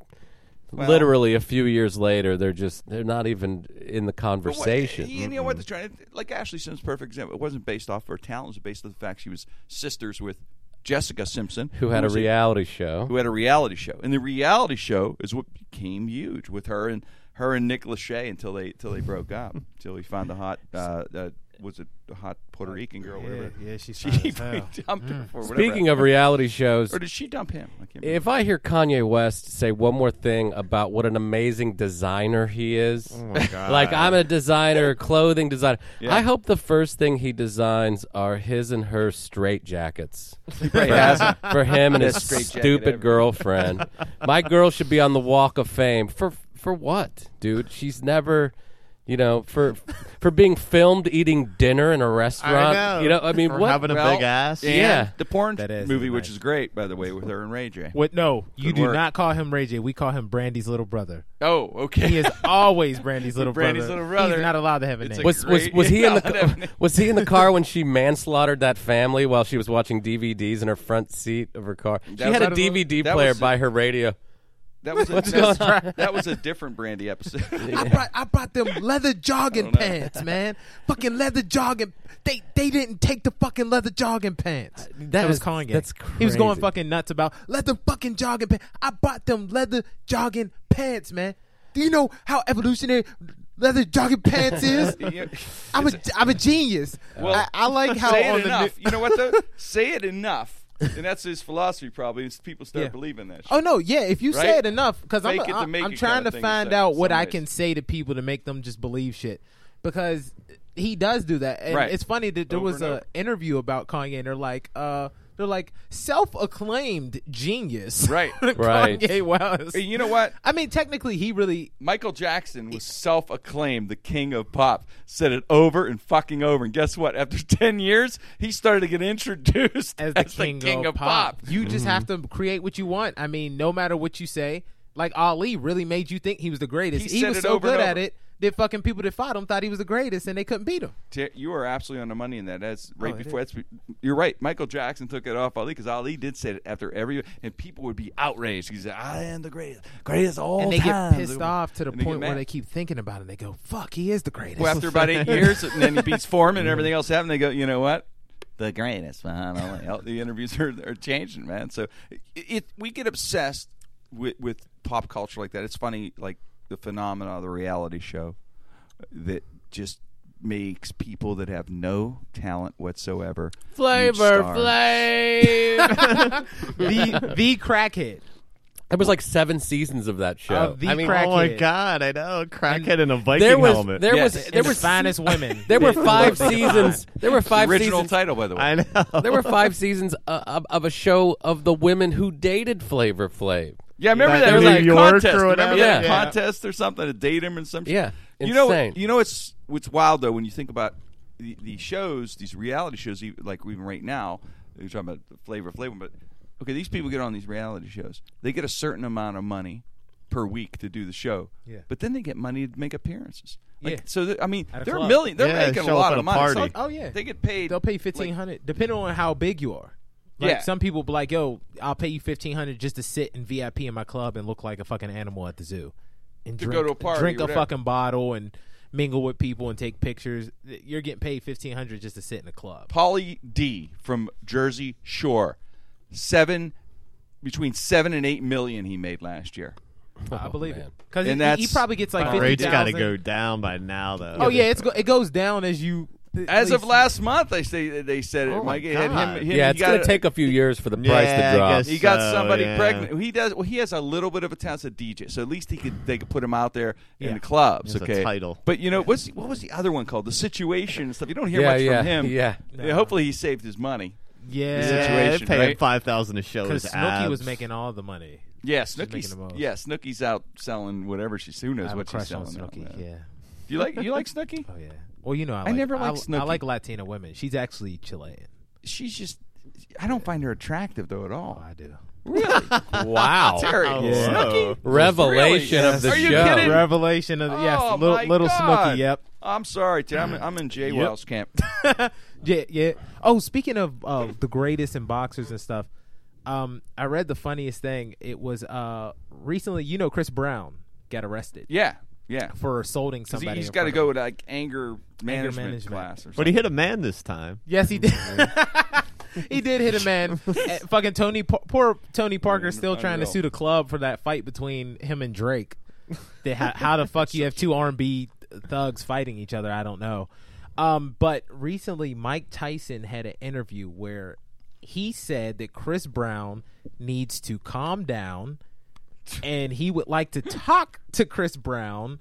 S3: literally a few years later they're just they're not even in
S1: But
S3: the
S1: what-
S3: conversation. Mm-hmm.
S1: You know what? They're trying to, like Ashley Simpson's a perfect example. It wasn't based off her talent. It was based on the fact she was sisters with Jessica Simpson,
S3: Who had a
S1: was
S3: reality show?
S1: who had a reality show, and the reality show is what became huge with her and her and Nick Lachey until they until they broke up, until he found the hot uh, uh, was it the hot Puerto Rican girl,
S4: yeah,
S1: whatever.
S4: yeah, she's
S1: She
S4: fine as hell.
S1: dumped her for whatever.
S3: Mm. Speaking of reality shows,
S1: or did she dump him? I can't remember.
S3: if I hear Kanye West say one more thing about what an amazing designer he is,
S5: Oh
S3: like I'm a designer, clothing designer. I hope the first thing he designs are his and her straight jackets
S1: Right.
S3: for him and his
S1: Best straight jacket ever.
S3: stupid girlfriend. My girl should be on the Walk of Fame for for what, dude? She's never. You know, for for being filmed eating dinner in a restaurant.
S5: know.
S3: You know, I mean,
S5: For
S3: what?
S5: having a
S1: Well,
S5: big ass.
S1: and
S3: Yeah.
S1: the porn
S4: That is
S1: movie,
S4: nice.
S1: which is great, by the way, with her and Ray J.
S4: What? No, you
S1: Good
S4: do
S1: work.
S4: not call him Ray J. We call him Brandy's little brother.
S1: Oh, okay.
S4: He is always Brandy's little
S1: Brandy's
S4: brother.
S1: little brother.
S4: He's not allowed to have a
S1: It's
S4: name.
S1: a
S3: Was was
S1: Great.
S3: was he in the
S1: No,
S3: ca-
S1: that-
S3: was he in the car when she manslaughtered that family while she was watching DVDs in her front seat of her car? She
S1: was
S3: had a
S1: out of the-
S3: DVD
S1: that
S3: player
S1: was-
S3: by her radio.
S1: That was a,
S3: going
S1: that's- that was a different Brandy episode.
S4: I brought I brought them leather jogging pants, man. Fucking leather jogging. They they didn't take the fucking leather jogging pants.
S3: that
S4: was
S3: is-
S4: Kanye.
S3: that's
S4: He was going
S3: crazy.
S4: fucking nuts about let them fucking jogging pants. I bought them leather jogging pants, man. Do you know how evolutionary leather jogging pants is?
S1: Yeah.
S4: I'm a I'm a genius.
S1: Well,
S4: I, I like how
S1: Say
S4: on
S1: it
S4: the
S1: enough.
S4: new-
S1: you know what though? Say it enough, and that's his philosophy. Probably is people start
S4: Yeah.
S1: believing that. Shit.
S4: Oh no, yeah. If you say
S1: Right?
S4: it enough, because I'm
S1: Fake it to
S4: I'm,
S1: make
S4: I'm
S1: it
S4: trying
S1: kinda
S4: to
S1: thing,
S4: find
S1: so-
S4: out what
S1: some
S4: I
S1: ways.
S4: can say to people to make them just believe shit, because he does do that. And
S1: Right.
S4: it's funny that there
S1: Over
S4: was
S1: and
S4: a
S1: over.
S4: interview about Kanye, and they're like, uh, they're like self acclaimed genius,
S1: Right.
S3: Right.
S4: Kanye West.
S1: Hey, you know what?
S4: I mean, technically, he really.
S1: Michael Jackson was self-acclaimed the king of pop. Said it over and fucking over, and guess what? After ten years, he started to get introduced
S4: As the king,
S1: of, pop.
S4: you just have to create what you want. I mean, no matter what you say, like Ali really made you think he was the greatest.
S1: He
S4: He,
S1: said
S4: was
S1: it
S4: so
S1: over and
S4: good at
S1: over.
S4: it that fucking people that fought him thought he was the greatest, and they couldn't beat him.
S1: T- You are absolutely on the money in that. That's right
S4: Oh, it
S1: before. That's you're right. Michael Jackson took it off Ali because Ali did say it after every, and people would be outraged. He said, "I am the greatest, greatest of all
S4: and they
S1: time."
S4: get pissed off to the
S1: And they get
S4: point where
S1: mad.
S4: they keep thinking about it. And they go, "Fuck, he is the greatest."
S1: Well, after about eight years, and then he beats Foreman and everything else happened. They go, you know what? The greatest. man. All the- all the interviews are, are changing, man. So it, it we get obsessed with, with pop culture like that. It's funny, like the phenomena of the reality show that just makes people that have no talent whatsoever huge
S3: Flavor
S1: stars.
S3: Flav.
S4: the the crackhead.
S3: there was like seven seasons of that show.
S4: Of the
S3: I mean,
S4: crack-
S5: Oh my
S4: Crackhead.
S5: god, I know. Crackhead in a Viking
S3: there was
S5: helmet.
S3: there
S1: Yes.
S3: was
S1: And
S3: there
S4: the
S3: was
S4: finest women.
S3: There were
S4: that
S3: five
S4: worked in the
S3: seasons.
S4: mine.
S3: There were five
S1: Original
S3: seasons.
S1: title, by the way.
S5: I know.
S3: There were five seasons uh, of, of a show of the women who dated Flavor Flav.
S1: Yeah, I remember
S5: Back
S1: that.
S5: in
S1: It was
S5: New
S1: like a
S5: York
S1: contest.
S5: or
S1: Remember
S5: whatever?
S1: that
S3: Yeah.
S1: contest or something to date him or some shit.
S3: Yeah,
S1: you know
S3: insane.
S1: what? You know what's what's wild though when you think about the, the shows, these reality shows, even- like even right now, you're talking about the Flavor Flavor, but okay, these people get on these reality shows. They get a certain amount of money per week to do the show.
S4: Yeah.
S1: But then they get money to make appearances. Like,
S4: Yeah.
S1: So that- I mean,
S4: At a
S1: they're
S4: club.
S1: million. They're
S5: Yeah,
S1: making
S5: show
S1: a
S5: up
S1: lot of
S5: at a
S1: money.
S5: party.
S1: It's not-
S4: Oh, yeah.
S1: they get paid.
S4: They'll pay fifteen hundred, depending on how big you are. Like
S1: Yeah.
S4: some people be like, "Yo, I'll pay you fifteen hundred just to sit in VIP in my club and look like a fucking animal at the zoo, and
S1: To
S4: drink,
S1: go to a party,
S4: drink a
S1: whatever."
S4: fucking bottle and mingle with people and take pictures." You're getting paid fifteen hundred just to sit in a club.
S1: Polly D from Jersey Shore, seven between seven and eight million he made last year.
S4: I believe it.
S3: man.
S4: Because
S1: Oh, And
S4: he, he
S1: that's-
S4: probably gets like
S5: The rate's
S4: 50,000.
S5: got to go down by now, though.
S4: Oh yeah, it's go, it goes down as you
S1: As of
S4: least-
S1: last month, they say they said it.
S5: Oh,
S1: Mike,
S5: my
S1: it had him,
S5: God.
S1: him-
S3: yeah,
S1: he
S3: it's
S1: got
S3: going
S1: a-
S3: to take a few years for the
S5: Yeah,
S3: price
S5: I
S3: to drop.
S5: guess.
S1: He got
S5: So,
S1: somebody
S5: yeah.
S1: pregnant. He does. Well, he has a little bit of a talent as a DJ, so at least he could they could put him out there in
S4: Yeah.
S1: the clubs.
S5: He has a
S1: okay,
S5: title.
S1: But you know what's what was the other one called? The situation and stuff. You don't hear
S3: Yeah,
S1: much
S3: yeah,
S1: from him.
S3: yeah.
S4: No.
S1: Hopefully, he saved his money.
S4: yeah,
S5: yeah,
S1: situation,
S5: paying
S1: right?
S5: five thousand a show.
S4: because
S5: Is
S4: Snooki was
S5: abs.
S4: making all the money.
S1: Yeah,
S4: making
S1: Snooki's.
S4: the most.
S1: Yeah, Snooki's out selling whatever she's. Who
S4: I
S1: knows
S4: have a
S1: what she's
S4: crush on
S1: selling?
S4: Snooki.
S1: out there.
S4: Yeah.
S1: Do you like you like Snooki?
S4: Oh yeah. Well, you know, I, like,
S1: never liked
S4: I, I
S1: Snooki.
S4: like Latina women. She's actually Chilean.
S1: She's just. I don't find her attractive though at
S4: Oh,
S1: all.
S4: I do.
S1: Really,
S3: Wow.
S1: Terry Snooki.
S3: Revelation of the
S1: Are you
S3: show.
S1: kidding?
S4: Revelation of the, yes,
S1: Oh,
S4: little
S1: my
S4: little
S1: God.
S4: Snooki. Yep.
S1: I'm sorry, Terry. I'm, I'm in Jay Wells camp.
S4: Yeah, yeah. Oh, speaking of uh, the greatest in boxers and stuff, um, I read the funniest thing. It was uh recently. You know, Chris Brown got arrested
S1: yeah, yeah.
S4: for assaulting
S1: He-
S4: somebody.
S1: He's
S4: in
S1: got to
S4: front
S1: go
S4: of-
S1: with like anger management,
S4: management.
S1: class or something.
S5: But he hit a man this time.
S4: Yes, he did. he did hit a man. Eh, fucking Tony, Pa- poor Tony Parker, still trying to
S1: unreal.
S4: sue the club for that fight between him and Drake. They ha- how the fuck you have two R and B thugs fighting each other? I don't know. Um, but recently, Mike Tyson had an interview where he said that Chris Brown needs to calm down, and he would like to talk to Chris Brown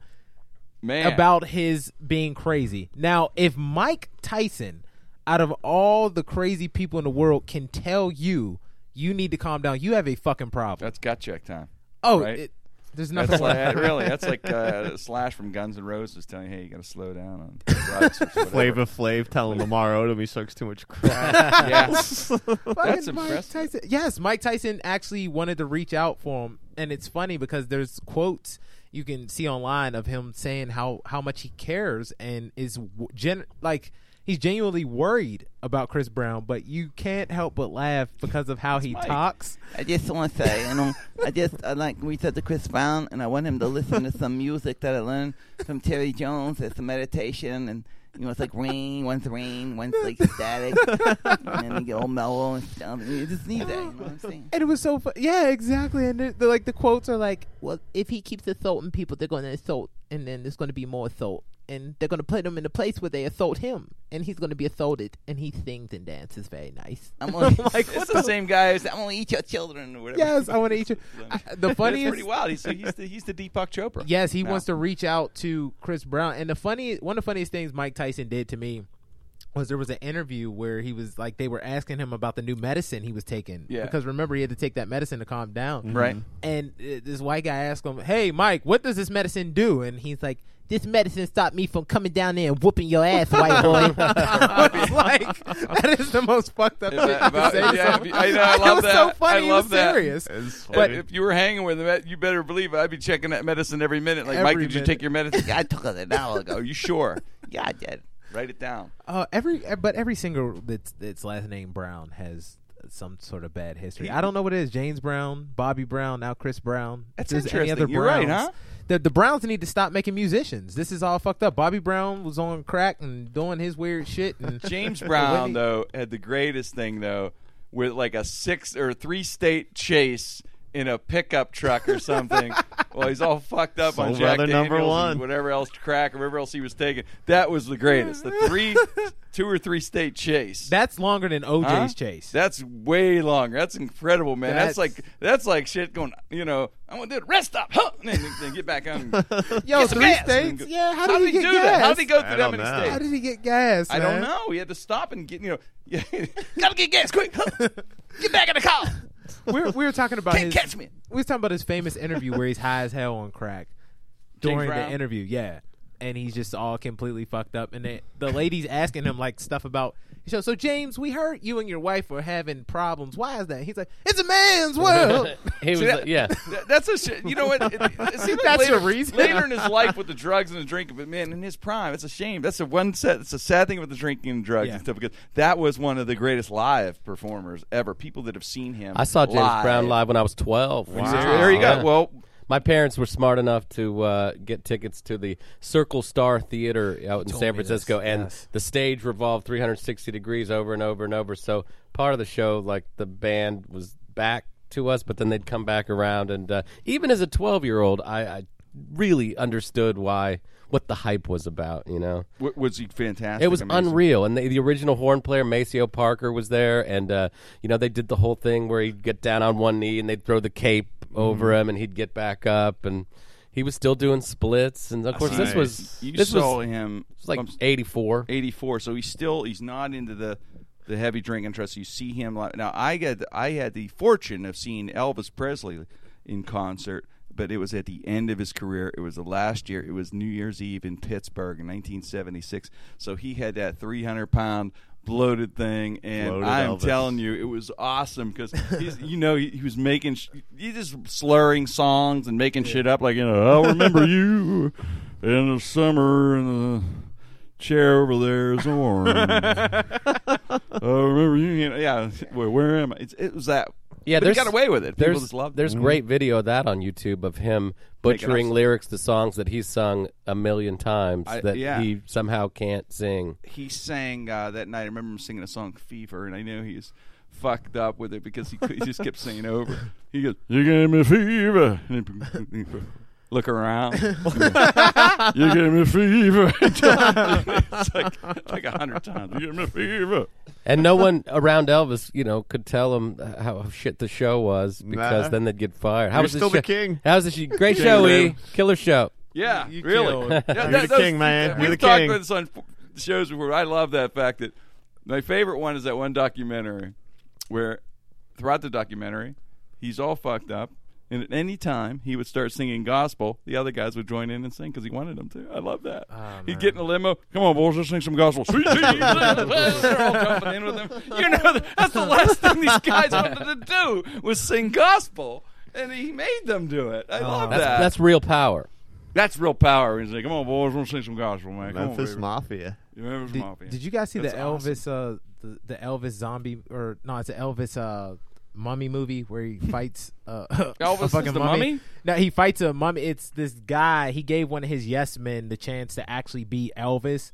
S1: Man,
S4: about his being crazy. Now, if Mike Tyson, out of all the crazy people in the world, can tell you you need to calm down, you have a fucking problem.
S1: that's gut check time.
S4: oh,
S1: right.
S4: it, there's
S1: That's
S4: nothing
S1: like
S4: like
S1: that- really. That's like uh, Slash from Guns N' Roses telling, you, "Hey, you got to slow down on drugs." Or whatever.
S5: Flavor Flav telling Lamar Odom he sucks too much crack.
S1: Yes.
S4: Fucking
S1: That's impressive.
S4: Mike Tyson. Yes, Mike Tyson actually wanted to reach out for him, and it's funny because there's quotes you can see online of him saying how how much he cares and is w- gen like he's genuinely worried about Chris Brown, but you can't help but laugh because of how he
S1: Mike.
S4: talks.
S6: I just want to say, you know, I just I like we said to Chris Brown, and I want him to listen to some music that I learned from Terry Jones. It's a meditation, and you know, it's like rain, one's rain, one's like static, and then you get all mellow and stuff. And you just need that. You know what I'm saying?
S4: And it was so fun. Yeah, exactly. And they're, they're like the quotes are like,
S7: well, if he keeps assaulting people, they're going to assault, and then there's going to be more assault, and they're going to put him in a place where they assault him, and he's going to be assaulted, and he sings and dances very nice.
S6: I'm gonna,
S4: like
S1: it's
S4: what
S1: the,
S4: the
S1: same guy who's, "I'm gonna eat your children" or whatever.
S4: yes, I want to eat you. I- The
S1: That's
S4: funniest.
S1: pretty wild. He's, he's the he's the Deepak Chopra.
S4: Yes, he
S1: now.
S4: wants to reach out to Chris Brown. And the funny, one of the funniest things Mike Tyson did to me was there was an interview where he was like, they were asking him about the new medicine he was taking.
S1: Yeah.
S4: Because remember, he had to take that medicine to calm down.
S1: Right.
S4: And uh, this white guy asked him, "Hey, Mike, what does this medicine do?" And he's like,
S7: This medicine stopped me from coming down there and whooping your ass, white boy.
S4: I was like, that is the most fucked up
S1: If
S4: thing
S1: I- if I-
S4: to say to
S1: yeah,
S4: someone.
S1: if you- I know, I
S4: It
S1: love
S4: was so
S1: that.
S4: funny.
S1: I
S4: he
S1: love
S4: was
S1: that.
S4: serious.
S1: But if you were hanging with him, you better believe I'd be checking that medicine every minute. Like,
S4: Every
S1: Mike, did you
S4: minute.
S1: take your medicine?
S6: I took it an hour ago.
S1: Are you sure?
S6: Yeah, I did.
S1: Write it down.
S4: Uh, every uh, but every singer that's that's last name Brown has some sort of bad history.
S1: He-
S4: I don't know what it is. James Brown, Bobby Brown, now Chris Brown.
S1: That's
S4: If there's any
S1: interesting.
S4: other
S1: You're right,
S4: Browns,
S1: huh?
S4: The the Browns need to stop making musicians. This is all fucked up. Bobby Brown was on crack and doing his weird shit. And
S1: James
S4: Whitney-
S1: Brown though had the greatest thing though, with like a six or three state chase in a pickup truck or something. well, he's all fucked up on
S5: Soul
S1: Jack
S5: Brother number
S1: Daniels and
S5: one.
S1: whatever else crack, or whatever else he was taking. That was the greatest. The three, two or three state chase.
S4: that's longer than OJ's
S1: Huh?
S4: chase.
S1: That's way longer. That's incredible, man. That's,
S4: That's-
S1: like that's like shit going. You know, I want to do it. Rest up, huh? And then, then get back home.
S4: Yo,
S1: Get some
S4: three
S1: gas.
S4: states. Yeah, how,
S1: How'd
S4: did
S1: he
S4: he
S1: do that?
S4: get gas?
S1: How did he go through
S5: I
S1: that
S5: don't
S1: many
S5: know.
S1: states?
S4: How did he get gas?
S1: I don't
S4: man?
S1: know. We had to stop and get you know, gotta get gas quick. get back in the car.
S4: we were, we were talking about
S1: Can't
S4: his,
S1: catch me.
S4: We were talking about his famous interview where he's high as hell on crack during the
S1: Brown?
S4: interview. Yeah, and he's just all completely fucked up. And the, the lady's asking him like stuff about. So, so James, we heard you and your wife were having problems. Why is that? He's like, it's a man's world.
S3: he was,
S1: See that-
S3: yeah.
S1: Th- That's a shit. You know what? It, it seems like
S4: That's
S1: later,
S4: a reason.
S1: later in his life with the drugs and the drinking, but man, in his prime, it's a shame. That's the one set. It's a sad thing about the drinking and drugs
S4: Yeah.
S1: and stuff because that was one of the greatest live performers ever. People that have seen him.
S3: I saw James Brown live when I was 12. Wow.
S1: There, there you go. Well,
S3: My parents were smart enough to uh, get tickets to the Circle Star Theater out in San
S4: me this,
S3: Francisco, and
S4: yes.
S3: the stage revolved 360 degrees over and over and over. So part of the show, like the band was back to us, but then they'd come back around. And uh, even as a 12 year old, I, I really understood why what the hype was about. You know,
S1: W- was he fantastic?
S3: it was
S1: Amazing.
S3: unreal. And the, the original horn player Maceo Parker was there, and uh, you know they did the whole thing where he'd get down on one knee and they'd throw the cape over him, and he'd get back up, and he was still doing splits. And of course, this
S5: nice.
S3: was
S1: You
S3: this
S1: saw
S3: was
S1: him
S3: like
S1: I'm-
S3: '84.
S1: 84 so he's still he's not into the the heavy drinking trust you see him li- now i got i had the fortune of seeing elvis presley in concert but it was at the end of his career it was the last year it was new year's eve in pittsburgh in 1976 so he had that 300 pound bloated thing and
S5: Bloated
S1: i'm
S5: Elvis.
S1: telling you it was awesome because you know he, he was making sh- he just slurring songs and making shit up like you know i'll remember you in the summer in the chair over there is orange. I remember you. you know, yeah, where, where am I? It's, it was that.
S3: Yeah,
S1: but he
S3: there's-
S1: got away with it. People
S3: There's,
S1: just loved. it.
S3: there's great video of that on YouTube of him butchering lyrics to songs that he's sung a million times
S1: I-
S3: that
S1: yeah.
S3: he somehow can't sing.
S1: He sang uh, that night. I remember him singing a song "Fever," and I knew he was fucked up with it because he, cou- he just kept singing over. it. He goes, "You gave me fever." And he- Look around. you gave me fever. it's like like a hundred times. You gave me fever.
S3: And no one around Elvis, you know, could tell him how shit the show was because
S5: Nah.
S3: then they'd get fired. How
S5: You're
S3: was this
S5: still the
S3: show-
S5: king.
S3: How was this? Great show, E.
S5: Lou.
S3: Killer show.
S1: Yeah,
S4: You
S1: really.
S4: killed.
S1: Yeah,
S5: You're
S1: that-
S5: the
S1: those-
S5: king, man.
S1: We've
S5: You're the
S1: talked
S5: king.
S1: about this on f- shows before. I love that fact that my favorite one is that one documentary where throughout the documentary he's all fucked up, and at any time he would start singing gospel, the other guys would join in and sing because he wanted them to. I love that.
S3: Ah,
S1: He'd get in a limo. Come on, boys, let's sing some gospel. Sweet Jesus. They're all jumping in with him. You know, that's the last thing these guys wanted to do was sing gospel. And he made them do it. I love
S3: Oh, That's,
S1: that.
S3: that's real power.
S1: That's real power. He's like, come on, boys, we'll sing some gospel, man. Come
S5: Memphis
S1: on,
S5: Mafia.
S1: baby. Yeah, Memphis
S4: Did,
S1: Mafia.
S4: did you guys see
S1: That's
S4: the Elvis uh the, the Elvis zombie or no, it's the Elvis uh mummy movie where he fights uh
S1: Elvis
S4: a
S1: is
S4: fucking
S1: the
S4: mummy.
S1: mummy?
S4: No, he fights a mummy. It's this guy, he gave one of his yes men the chance to actually be Elvis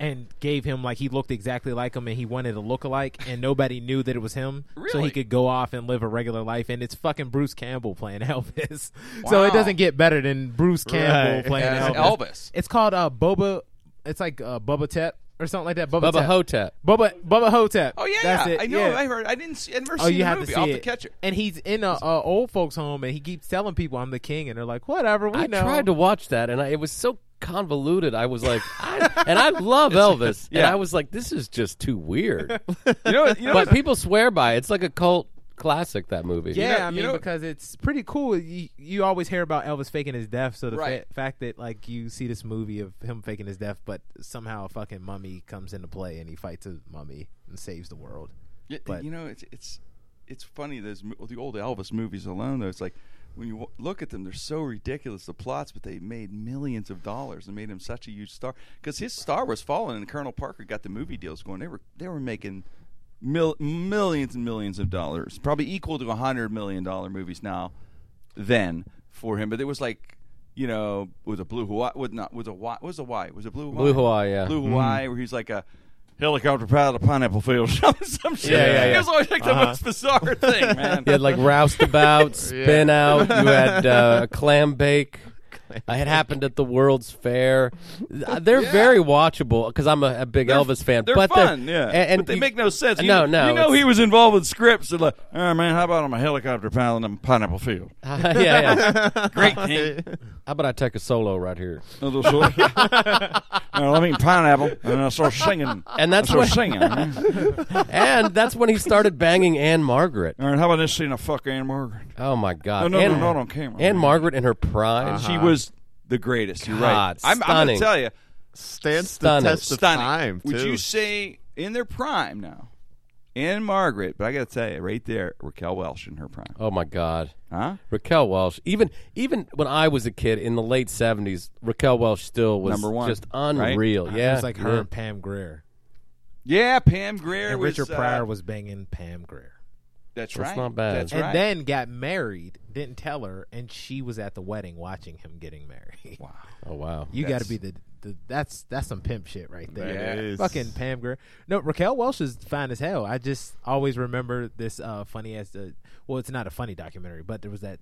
S4: and gave him like he looked exactly like him and he wanted to look alike and nobody knew that it was him so
S1: Really?
S4: he could go off and live a regular life and it's fucking Bruce Campbell playing Elvis. so it doesn't get better than Bruce Campbell
S5: Right.
S4: playing
S1: As
S4: Elvis.
S1: Elvis.
S4: It's called uh, Boba. It's like uh, Bubba Tep or something like that.
S3: Bubba
S4: Bubba, Tep.
S3: Hotep.
S4: Bubba Bubba Hotep.
S1: Oh yeah,
S4: That's
S1: yeah.
S4: it,
S1: I know.
S4: yeah.
S1: I heard. I didn't. See, I never
S4: Oh,
S1: seen
S4: you
S1: the
S4: have
S1: movie.
S4: to see
S1: I'll
S4: it.
S1: have to catch it.
S4: And he's in a, a old folks home, and he keeps telling people, "I'm the king," and they're like, "Whatever, we
S3: I
S4: know."
S3: tried to watch that, and I, it was so convoluted. I was like, I, and I love Elvis, and
S1: yeah.
S3: I was like, this is just too weird.
S1: You know. You know.
S3: but
S1: what's-
S3: people swear by it. It's like a cult classic. That movie.
S4: Yeah,
S1: know-
S4: I
S1: you
S4: mean
S1: know-
S4: because it's pretty cool. You, you always hear about Elvis faking his death, so the
S1: Right.
S4: fa- fact that like you see this movie of him faking his death, but somehow a fucking mummy comes into play and he fights a mummy and saves the world.
S1: Y-
S4: but-
S1: you know, it's it's it's funny. Those mo- the old Elvis movies alone, though, it's like when you w- look at them, they're so ridiculous the plots, but they made millions of dollars and made him such a huge star because his star was falling, and Colonel Parker got the movie deals going. They were they were making. Mil- millions and millions of dollars, probably equal to a hundred million dollar movies now, then for him. But it was like, you know, was a blue Hawaii, was not was a why, was a why, was a blue Hawaii,
S3: Blue Hawaii, yeah. Mm-hmm.
S1: blue Hawaii, where he's like a helicopter pilot of pineapple field, some, some shit.
S3: Yeah, yeah, Uh-huh. yeah.
S1: It was always like the most bizarre thing, man.
S3: You had like roustabouts, spin out. You had uh, clam bake. It happened at the World's Fair. Uh, They're very watchable because I'm a, a big Elvis fan.
S1: They're
S3: but
S1: fun,
S3: they're,
S1: yeah.
S3: and, and
S1: but they
S3: you-
S1: make no sense. You know,
S3: no, no,
S1: You know
S3: it's-
S1: he was involved with scripts and like, all right, man, how about I'm a helicopter pilot on Pineapple Field?
S3: yeah, yeah.
S1: Great king.
S3: How about I take a solo right here?
S1: Another sort. No, I mean pineapple, and I start singing.
S3: And that's
S1: I start
S3: when,
S1: singing. man.
S3: and that's when he started banging Anne Margaret.
S1: All right, how about this scene of fuck Anne Margaret?
S3: Oh my God!
S1: No, no, no,
S3: Anne-
S1: not on Uh-huh. camera.
S3: Anne Margaret in her prime.
S1: She was the greatest. You're right.
S3: Uh-huh. God,
S1: I'm, I'm
S3: stunning.
S1: gonna tell you,
S5: Stands
S3: Stunning.
S5: the test of
S1: stunning.
S5: time,
S1: Would
S5: too.
S1: you say in their prime now? Anne Margaret, but I got to tell you, right there, Raquel Welch in her prime.
S3: Oh my God.
S1: Huh?
S3: Raquel Welch. Even even when I was a kid in the late seventies, Raquel Welch still was
S1: Number one,
S3: just
S1: right?
S3: unreal. Yeah,
S4: it was like her
S3: yeah.
S4: and Pam Grier.
S1: Yeah, Pam Greer
S4: And
S1: was.
S4: Richard
S1: uh,
S4: Pryor was banging Pam Grier.
S1: That's
S3: That's
S1: right.
S3: not bad.
S1: That's
S4: and
S1: right.
S4: then got married. Didn't tell her, and she was at the wedding watching him getting married.
S1: wow.
S3: Oh wow.
S4: You got to be the, the that's that's some pimp shit right there.
S5: That Yeah. is.
S4: Fucking Pam Grier. No, Raquel Welch is fine as hell. I just always remember this uh, funny as the well, it's not a funny documentary, but there was that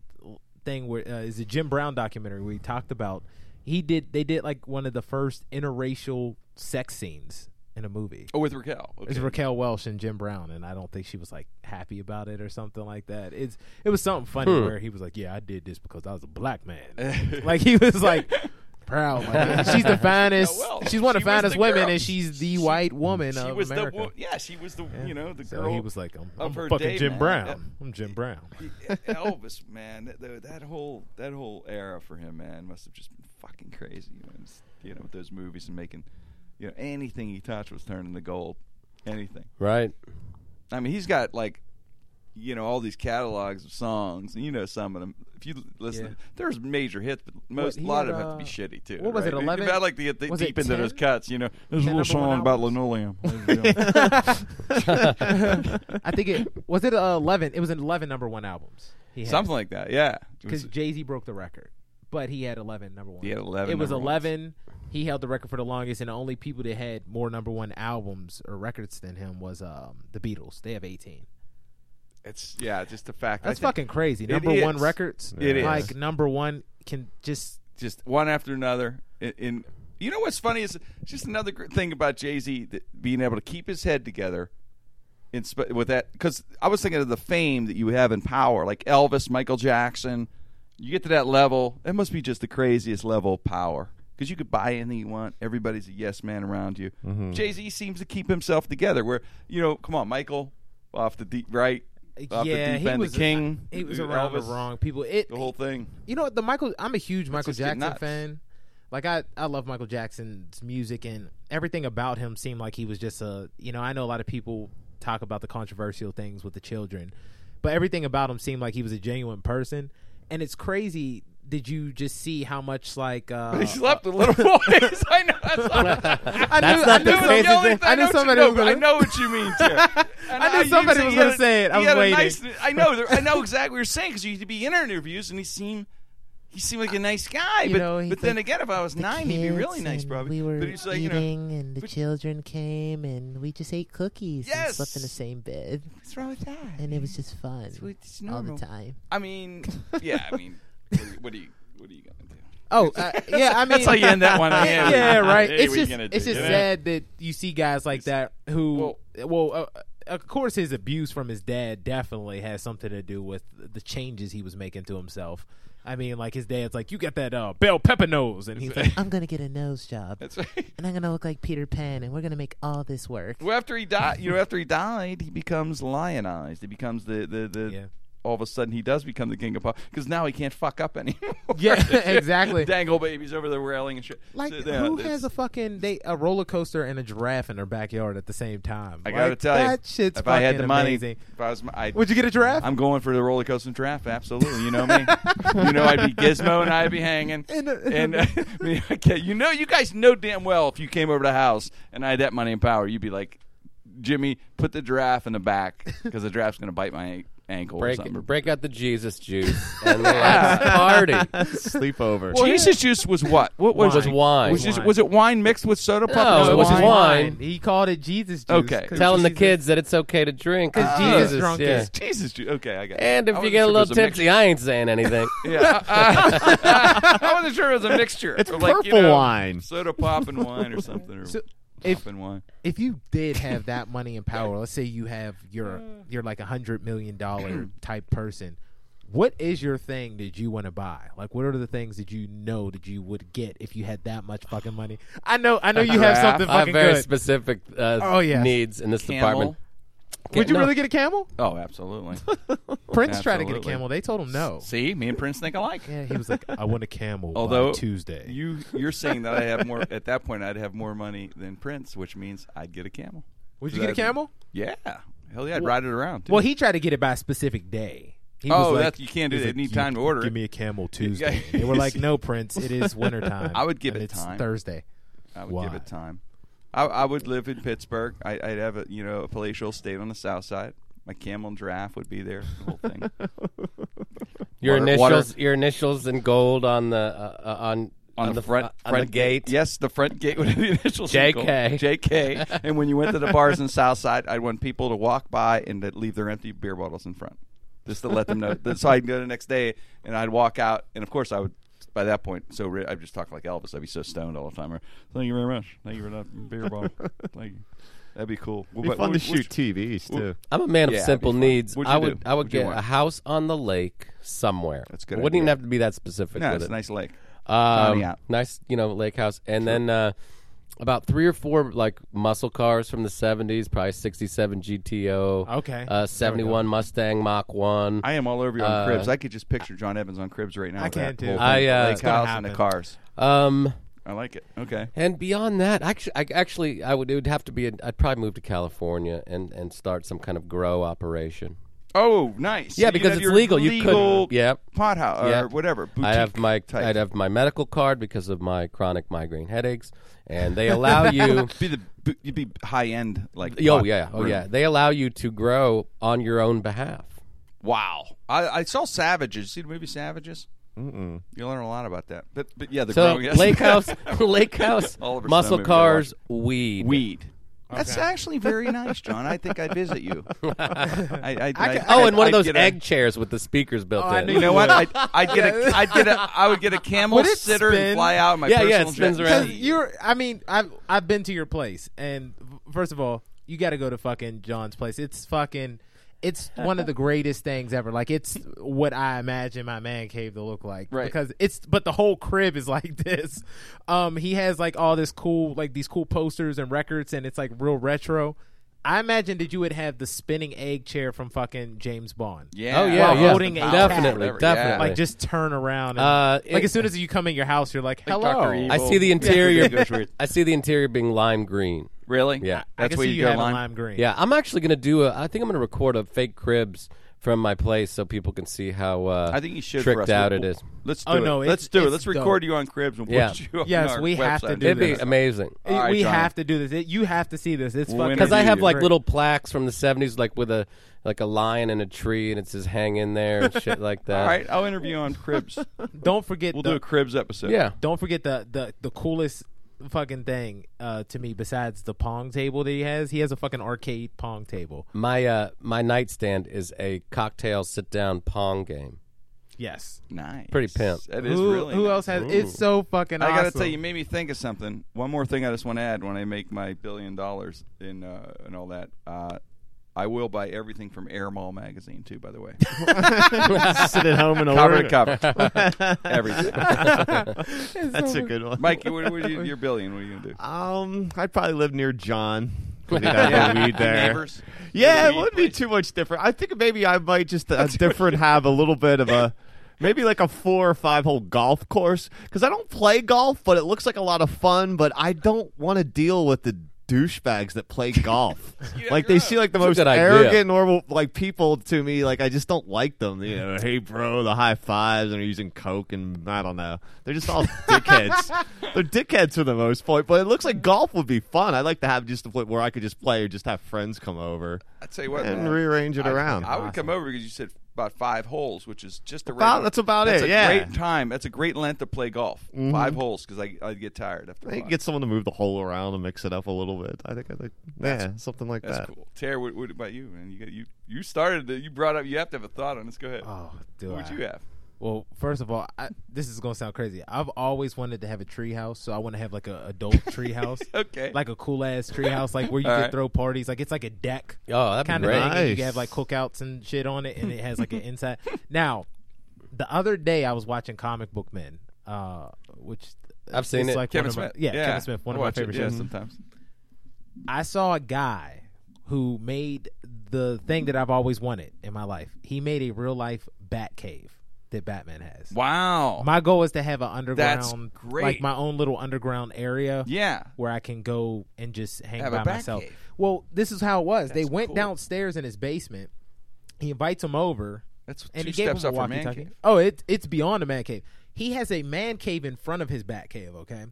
S4: thing where uh, is a Jim Brown documentary where he talked about he did they did like one of the first interracial sex scenes in a movie.
S1: Oh, with Raquel. Okay.
S4: It's Raquel Welsh and Jim Brown, and I don't think she was like happy about it or something like that. It's it was something funny where he was like, "Yeah, I did this because I was a black man." like he was like proud. Like, she's the finest.
S1: well,
S4: she's one of
S1: she
S4: the
S1: was
S4: finest
S1: the
S4: women,
S1: girl.
S4: and she's the
S1: She-
S4: white woman
S1: She
S4: of
S1: was
S4: America.
S1: the wo- yeah. She was the you know the
S4: so
S1: girl.
S4: he was like, "I'm,
S1: of
S4: I'm
S1: her
S4: fucking
S1: day,
S4: Jim
S1: man.
S4: Brown.
S1: That-
S4: I'm Jim Brown."
S1: E, Elvis, man. That- That, that whole that whole era for him, man, must have just been fucking crazy. You know, and s- you know with those movies and making, you know, anything he touched was turning to gold. Anything.
S3: Right.
S1: I mean, he's got like, you know, all these catalogs of songs, and you know some of them. If you l- listen,
S4: Yeah.
S1: there's major hits, but most a
S4: he
S1: lot
S4: had,
S1: of them have to be
S4: uh,
S1: shitty too.
S4: what was it,
S1: right?
S4: 11?
S1: If I like to get the,
S4: Was it
S1: deep into those
S4: 10?
S1: cuts, you know. There's a
S4: 10
S1: little
S4: number
S1: song
S4: one
S1: about linoleum. There's
S4: I think it was it uh, eleven. It was an eleven number one albums. He had.
S1: Something like that, yeah. It was-
S4: because Jay Z broke the record, but he had eleven number one.
S1: He had 11
S4: It was
S1: number ones.
S4: eleven. He held the record for the longest, and the only people that had more number one albums or records than him was um, the Beatles. They have eighteen.
S1: it's yeah, just the fact. I
S4: That's
S1: think
S4: fucking crazy.
S1: It
S4: Number one
S1: is.
S4: records.
S1: It is.
S4: like number one can just
S1: just one after another. In, in you know what's funny is it's just another gr- thing about Jay Z being able to keep his head together. In sp- with that, because I was thinking of the fame that you have in power, like Elvis, Michael Jackson. You get to that level, that must be just the craziest level of power because you could buy anything you want. Everybody's a yes man around you. Jay Z seems to keep himself together. Where you know, come on, Michael, off the deep right, off
S4: yeah.
S1: the deep
S4: he
S1: end,
S4: was
S1: the king. Uh,
S4: He was around
S1: Elvis,
S4: the wrong people. It
S1: the whole thing.
S4: You know what? The Michael. I'm a huge Michael
S1: just get
S4: Jackson
S1: nuts.
S4: fan. Like I, I love Michael Jackson's music and everything about him seemed like he was just a. You know, I know a lot of people talk about the controversial things with the children, but everything about him seemed like he was a genuine person. And it's crazy. Did you just see how much like? Uh,
S1: He slept with little boys. I know. I saw that.
S4: I knew,
S3: not
S4: I
S3: the
S4: knew,
S3: crazy
S1: the only
S3: thing.
S4: I,
S1: thing.
S4: knew
S1: what you-
S4: somebody
S1: no,
S4: was gonna.
S1: I know what you mean, Terry. And
S4: I knew
S1: you
S4: somebody
S1: said
S4: was
S1: he had
S4: gonna
S1: a-
S4: say it. I
S1: he
S4: was
S1: had a
S4: waiting.
S1: nice- I know. there- I know exactly what you're saying because you'd be in interviews and he seemed. He seemed like a nice guy,
S7: You
S1: but,
S7: know, he's
S1: but then
S7: like,
S1: again, if I was nine, he'd be really
S7: kids
S1: nice,
S7: and
S1: probably.
S7: We were
S1: but he's like, you know,
S7: eating, and the
S1: but-
S7: children came, and we just ate cookies and slept in the
S1: Yes.
S7: same bed,
S1: what's wrong with that?
S7: and it was just fun
S1: what- it's
S7: all the
S1: normal.
S7: time.
S1: I mean, yeah, I mean, what are you, what are you, what are you gonna do?
S4: Oh, uh, yeah. I mean,
S1: That's how you end that one. I
S4: yeah,
S1: am.
S4: yeah, right.
S1: What
S4: It's
S1: are you
S4: just
S1: gonna
S4: it's
S1: do,
S4: just
S1: you know?
S4: sad that you see guys like that who well, uh, of course his abuse from his dad definitely has something to do with the changes he was making to himself. I mean, like his dad's like, "You got that uh, bell pepper nose," and he's like,
S7: I'm gonna get a nose job,
S1: That's right.
S7: and I'm gonna look like Peter Pan, and we're gonna make all this work.
S1: Well, after he died, you know, after he died, he becomes lionized. He becomes the the, the
S4: Yeah.
S1: all of a sudden he does become the king of pop because now he can't fuck up anymore.
S4: "Yeah, exactly."
S1: Dangle babies over the railing and shit.
S4: Like
S1: So, yeah,
S4: who
S1: it's-
S4: has a fucking they a roller coaster and a giraffe in their backyard at the same time?
S1: I gotta
S4: Like,
S1: tell you,
S4: that shit's
S1: if I had
S4: fucking
S1: the money,
S4: amazing.
S1: if I was, my- I,
S4: Would you get a giraffe?
S1: I'm going for the roller coaster draft. Absolutely, you know me. you know I'd be Gizmo and I'd be hanging.
S4: And,
S1: And,
S4: uh,
S1: uh, I mean, okay, you know, you guys know damn well if you came over to the house and I had that money and power, you'd be like, Jimmy, put the giraffe in the back because the giraffe's gonna bite my ankle or
S3: Break
S1: something.
S3: break out the Jesus juice and let's party.
S5: Sleepover.
S1: well, Jesus juice was what? What was
S3: Was wine.
S1: Was, just- was it wine mixed with soda pop?
S3: No,
S1: or
S3: it was
S1: wine?
S3: wine.
S4: He called it Jesus juice.
S1: Okay.
S4: 'cause
S3: Telling the
S4: Jesus-
S3: kids that it's okay to drink. 'cause
S4: Oh. Jesus drunk
S3: yeah.
S4: is-
S1: Jesus juice. Okay, I got. it.
S3: And if
S1: I
S3: you
S1: wasn't
S3: get a
S1: sure
S3: little
S1: it was mix-
S3: tipsy, I ain't saying anything.
S1: Yeah, I, I- I wasn't sure it was a mixture.
S5: It's
S1: Or
S5: purple
S1: like, you know,
S5: wine.
S1: soda pop and wine, or something, or
S4: So, if-
S1: pop and wine.
S4: if you did have that money and power, let's say you have your you're like a hundred million
S1: Mm.
S4: dollar type person, what is your thing that you want to buy? Like, what are the things that you know that you would get if you had that much fucking money? I know, I know you have something
S3: I have
S4: fucking
S3: very
S4: good.
S3: specific uh,
S4: Oh, yes.
S3: needs in this department.
S1: Camel.
S4: would you
S3: No.
S4: really get a camel?
S1: Oh, absolutely.
S4: Prince tried to get a
S1: Absolutely.
S4: camel. They told him no.
S1: See, me and Prince think alike.
S4: Yeah, he was like, I want a camel. by
S1: Although
S4: Tuesday,
S1: you you're saying that I have more at that point, I'd have more money than Prince, which means I'd get a camel.
S4: would you get a camel?
S1: Yeah, hell yeah, I'd ride it around. dude.
S4: Well, he tried to get it by a specific day. He
S1: Oh,
S4: was like,
S1: that's- you can't do
S4: he was
S1: that.
S4: like,
S1: You need
S4: "You
S1: time to order
S4: Give
S1: it."
S4: me a camel Tuesday.
S1: yeah.
S4: they were like, "No, Prince, it is wintertime.
S1: I would give
S4: and
S1: it
S4: it's
S1: time.
S4: Thursday.
S1: I would give
S4: Why?
S1: it time. I, I would live in Pittsburgh. I, I'd have a you know a palatial estate on the south side. My camel and giraffe would be there. The whole thing.
S3: Your
S1: Water- water-
S3: initials, your initials in gold on the uh, uh, on
S1: on, the, front,
S3: uh, on
S1: front
S3: the gate.
S1: Yes, the front gate with the initials. in gold.
S3: JK.
S1: JK. and when you went to the bars in Southside, I'd want people to walk by and that leave their empty beer bottles in front, just to let them know. so I'd go the next day and I'd walk out, and of course I would. By that point, so ri- I'd just talk like Elvis. I'd be so stoned all the time. Or, Thank you very much. Thank you for that beer bottle. Thank you. That'd be cool.
S5: Be fun to shoot TVs too.
S3: I'm a man
S1: Yeah,
S3: of
S1: it'd
S3: simple
S1: be fun.
S3: needs.
S1: What'd
S3: I
S1: you
S3: would
S1: do?
S3: I would
S1: What'd you
S3: get
S1: want?
S3: a house on the lake somewhere.
S1: That's a good
S3: Wouldn't even
S1: idea.
S3: have to be that specific.
S1: No,
S3: with
S1: it's
S3: it.
S1: a nice lake.
S3: Um,
S1: out.
S3: nice, you know, lake house, and then uh, about three or four like muscle cars from the '70s, probably '67 GTO,
S4: Okay.
S3: uh, '71 Mustang Mach One.
S1: I am all over you on
S3: Uh,
S1: Cribs. I could just picture John Evans on Cribs right now.
S4: I
S1: with
S4: can
S1: that
S4: too.
S1: whole
S3: I,
S1: thing, the
S3: uh,
S1: lake
S3: It's gonna
S1: house and the
S4: happen.
S1: cars.
S3: um,
S1: I like it. Okay.
S3: and beyond that, actually, I, actually, I would it would have to be. i I'd probably move to California and and start some kind of grow operation.
S1: Oh, nice. So
S3: Yeah,
S1: you'd
S3: because
S1: have
S3: it's
S1: your
S3: legal. You could-
S1: legal
S3: yep.
S1: pot house or
S3: Yep.
S1: whatever. Boutique
S3: I have my
S1: type.
S3: I'd have my medical card because of my chronic migraine headaches, and they allow you.
S1: be the bu- you'd be high end like.
S3: Oh
S1: pot
S3: yeah, oh
S1: room.
S3: yeah. They allow you to grow on your own behalf.
S1: Wow. I, I saw Savages. You see the movie Savages? Mm-mm. You learn a lot about that. But but yeah, the
S3: So
S5: Oh,
S1: growing- yes.
S3: lake house, lake house,
S1: Oliver Stone
S3: muscle
S1: movie I
S3: cars, weed,
S1: weed. That's actually very nice, John. I think I'd visit you. I, I, I,
S3: Oh, and
S1: I'd
S3: one of those
S1: get a-
S3: egg chairs with the speakers built
S4: I
S3: in.
S4: knew
S1: You Oh, know what? I'd, I'd get a, I'd get a, I would get a camel
S4: Would it
S1: sitter and
S4: spin?
S1: fly out. in My
S3: Yeah, yeah, it
S1: personal
S3: spins
S1: jet.
S3: around. Oh,
S4: Because you're, I mean, I've I've been to your place, and f- first of all, you got to go to fucking John's place. It's fucking, it's one of the greatest things ever. Like it's what I imagine my man cave to look like,
S1: Right.
S4: Because it's, but the whole crib is like this. Um, he has like all this cool, like these cool posters and records, and it's like real retro. I imagine that you would have the spinning egg chair from fucking James Bond.
S1: Yeah.
S3: Oh yeah,
S4: While
S3: yeah.
S4: holding a cat.
S3: definitely,
S1: Whatever, yeah.
S3: definitely.
S4: Like just turn around. And,
S3: Uh,
S4: like
S3: it-
S4: as soon as you come in your house, you're like, hello.
S1: Dr. Evil.
S3: I see the
S1: It goes
S3: interior.
S1: weird.
S3: I see the interior being lime green.
S1: Really?
S3: Yeah.
S4: I
S1: That's
S4: can
S1: where
S4: see
S1: you
S4: you
S1: go
S4: having
S1: lime.
S4: lime green.
S3: Yeah, I'm actually gonna do a. I think I'm gonna record a fake cribs from my place so people can see how. Uh,
S1: I think you should.
S3: tricked
S1: for us.
S3: out
S1: We'll-
S3: it is.
S1: Let's do
S4: Oh,
S1: it.
S4: no, it-
S1: Let's do it.
S4: it's
S1: Let's
S4: dope.
S1: record you on Cribs and
S3: Yeah.
S1: put you on
S4: Yes,
S1: our
S4: we have to
S1: website.
S4: do
S3: It'd be
S4: this.
S3: amazing.
S4: It-
S1: All right,
S4: we
S1: John.
S4: have to do this. It, you have to see this. It's
S1: We'll
S4: fucking
S3: Because I have
S1: Dude.
S3: like little plaques from the '70s, like with a like a lion and a tree, and it says "Hang in there" and shit like that.
S1: All right, I'll interview on Cribs. we'll
S4: Don't forget.
S1: do a
S4: the,
S1: Cribs episode.
S3: Yeah.
S4: don't forget the the the coolest fucking thing uh, to me besides the pong table that he has. He has a fucking arcade pong table.
S3: My uh my nightstand is a cocktail sit down pong game.
S4: Yes.
S1: nice.
S3: Pretty pimp.
S1: That is
S4: Who,
S1: really.
S4: who
S1: nice.
S4: else has? It's so fucking.
S1: I gotta
S4: awesome.
S1: tell you, you made me think of something. One more thing, I just want to add. When I make my billion dollars in uh, and all that, uh, I will buy everything from Air Mall magazine too. By the way,
S5: Sit at home and
S1: cover to
S5: order.
S1: cover, everything.
S5: That's a good one.
S1: Mike, what, what are you, your billion? What are you gonna do?
S5: Um, I'd probably live near John. 'cause he'd
S1: Yeah.
S5: have the weed
S1: Your
S5: there.
S1: neighbors?
S5: Yeah,
S1: Your
S5: it
S1: weed
S5: wouldn't be
S1: place.
S5: too much different. I think maybe I might just uh, different have a little bit of a maybe like a four or five hole golf course because I don't play golf, but it looks like a lot of fun. But I don't want to deal with the douchebags that play golf. like they see like the
S3: That's
S5: most
S3: a good idea.
S5: arrogant, normal like people to me. Like I just don't like them. You know, hey bro, the high fives and they're using coke and I don't know. They're just all dickheads. They're dickheads for the most part. But it looks like golf would be fun. I'd like to have just a point where I could just play or just have friends come over
S1: I tell you what,
S5: and
S1: man,
S5: rearrange it
S1: I-
S5: around.
S1: I, would come over because you said about five holes, which is just a
S5: About- that's about it,
S1: A
S5: yeah. Mm-hmm.
S1: great time. That's a great length to play golf. Five holes because I I get tired after.
S5: I think
S1: five.
S5: get someone to move the hole around and mix it up a little bit. I think I like yeah, something like
S1: That's
S5: that.
S1: cool. Tara, what, what about you? Man, you got you you started. The, you brought up. You have to have a thought on this. Go ahead.
S4: Oh, do
S1: what would
S4: I?
S1: you have?
S4: Well, first of all, I, this is gonna sound crazy. I've always wanted to have a tree house, so I want to have like a adult tree house.
S1: Okay.
S4: Like a cool ass tree house, like where you
S1: All
S4: can
S1: right.
S4: throw parties. Like it's like a deck.
S3: Oh, that'd be
S4: kind of
S3: great.
S4: thing. and You
S5: Nice.
S4: have like cookouts and shit on it, and it has like an inside. Now, the other day I was watching Comic Book Men, uh, which
S3: I've seen it.
S4: it's Like
S1: Kevin
S4: one
S1: Smith.
S4: Of my, yeah, Kevin Smith,
S1: I
S4: one of my
S1: watch it,
S4: favorite
S1: Yeah,
S4: shows.
S1: sometimes.
S4: I saw a guy who made the thing that I've always wanted in my life. He made a real life bat cave that Batman has.
S1: Wow.
S4: My goal is to have an underground,
S1: great.
S4: like my own little underground area.
S1: yeah.
S4: where I can go and just hang
S1: Have a
S4: by
S1: bat
S4: myself.
S1: cave.
S4: Well, this is how it was. they
S1: That's
S4: went
S1: cool.
S4: downstairs in his basement. He invites him over,
S1: That's
S4: and
S1: two
S4: he gave
S1: steps
S4: him
S1: up
S4: a
S1: from man
S4: walkie-talkie.
S1: cave.
S4: Oh, it, it's beyond a man cave. He has a man cave in front of his bat cave. Okay,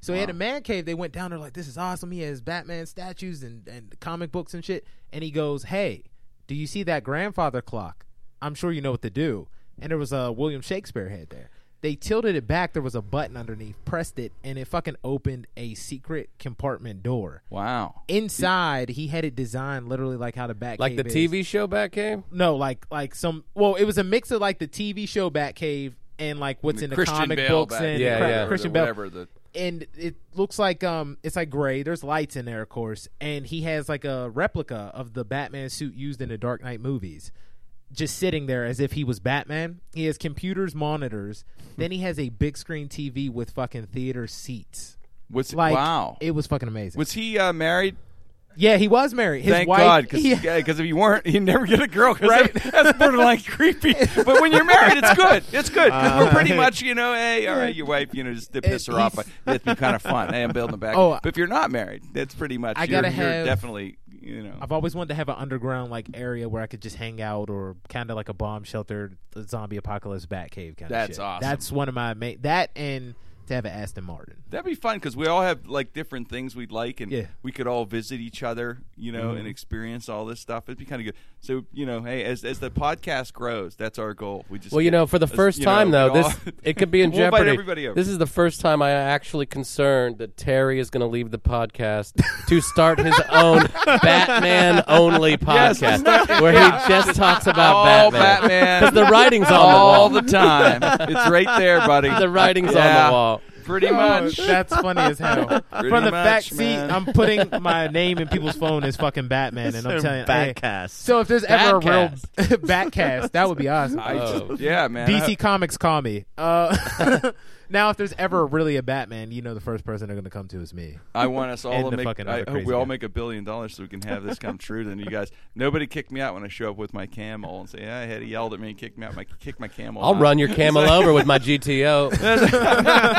S4: so he had a man cave. They went down there like this is awesome. He has Batman statues and and comic books and shit. And he goes, "Hey, Do you see that grandfather clock? I'm sure you know what to do. And there was a William Shakespeare head there. They tilted it back. There was a button underneath. Pressed it, and it fucking opened a secret compartment door.
S1: Wow.
S4: Inside, he had it designed literally like how the back
S3: Like the
S4: cave
S3: TV
S4: is.
S3: show Batcave?
S4: No, like like some. Well, it was a mix of like the TV show Batcave and like what's in the
S1: Christian
S4: comic
S1: Bale
S4: books
S1: back-
S4: and
S3: Yeah,
S4: cra-
S3: yeah.
S4: Christian Bell.
S1: whatever the
S4: And it looks like um, it's like gray. There's lights in there, of course, and he has like a replica of the Batman suit used in the Dark Knight movies, just sitting there as if he was Batman. He has computers, monitors. then he has a big screen TV with fucking theater seats.
S1: was
S4: Like
S1: wow.
S4: it was fucking amazing.
S1: was he uh, married?
S4: yeah, he was married. His
S1: Thank
S4: wife,
S1: God, because
S4: yeah.
S1: if you weren't, you'd never get a girl. right? that's borderline creepy. But when you're married, it's good. It's good 'cause we're pretty much, you know, hey, all right, your wife, you know, just to piss her off, that'd be kind of fun. Hey, I'm building a back.
S4: Oh,
S1: but if you're not married, that's pretty much.
S4: I
S1: you're,
S4: gotta
S1: you're
S4: have-
S1: definitely, you know.
S4: I've always wanted to have an underground like area where I could just hang out, or kind of like a bomb shelter, a zombie apocalypse bat cave kind
S1: That's
S4: of.
S1: awesome.
S4: That's one of my main. That and to have an Aston Martin.
S1: That'd be fun because we all have like different things we'd like, and
S4: Yeah.
S1: we could all visit each other, you know,
S3: Mm-hmm.
S1: and experience all this stuff. It'd be kind of good. So, you know, hey, as as the podcast grows, that's our goal. We just
S3: Well, you
S1: get-
S3: know, for the
S1: let's-
S3: first
S1: you know,
S3: time though,
S1: we all-
S3: this it could be in
S1: We'll invite
S3: jeopardy.
S1: everybody over.
S3: This is the first time I am actually concerned that Terry is going to leave the podcast to start his own Batman only podcast, where he just talks about
S1: all
S3: Batman.
S1: Oh, Batman.
S3: Because the writing's on
S1: all
S3: the wall.
S1: time. It's right there, buddy.
S3: The writing's on
S1: Yeah.
S3: the wall.
S4: Oh,
S1: Pretty much.
S4: That's funny as hell.
S1: Pretty
S4: From the
S1: much,
S4: back seat,
S1: man.
S4: I'm putting my name in people's phone as fucking Batman, and I'm telling you, hey,
S5: Batcast.
S4: So if there's ever a real Batcast, that would be awesome.
S1: I just-
S3: Oh.
S1: yeah, man.
S4: DC Comics, call me. Uh, now, if there's ever really a Batman, you know the first person they're going to come to is me.
S1: I, I want us all
S4: And
S1: to
S4: the
S1: make.
S4: fucking
S1: I
S4: other
S1: hope we
S4: crazy
S1: all
S4: guy.
S1: make a billion dollars so we can have this come true. Then you guys, nobody kicked me out when I show up with my camel and say, "Yeah, I had yelled at me and kicked me out. My kick my camel.
S3: I'll
S1: out."
S3: run your camel over with my GTO.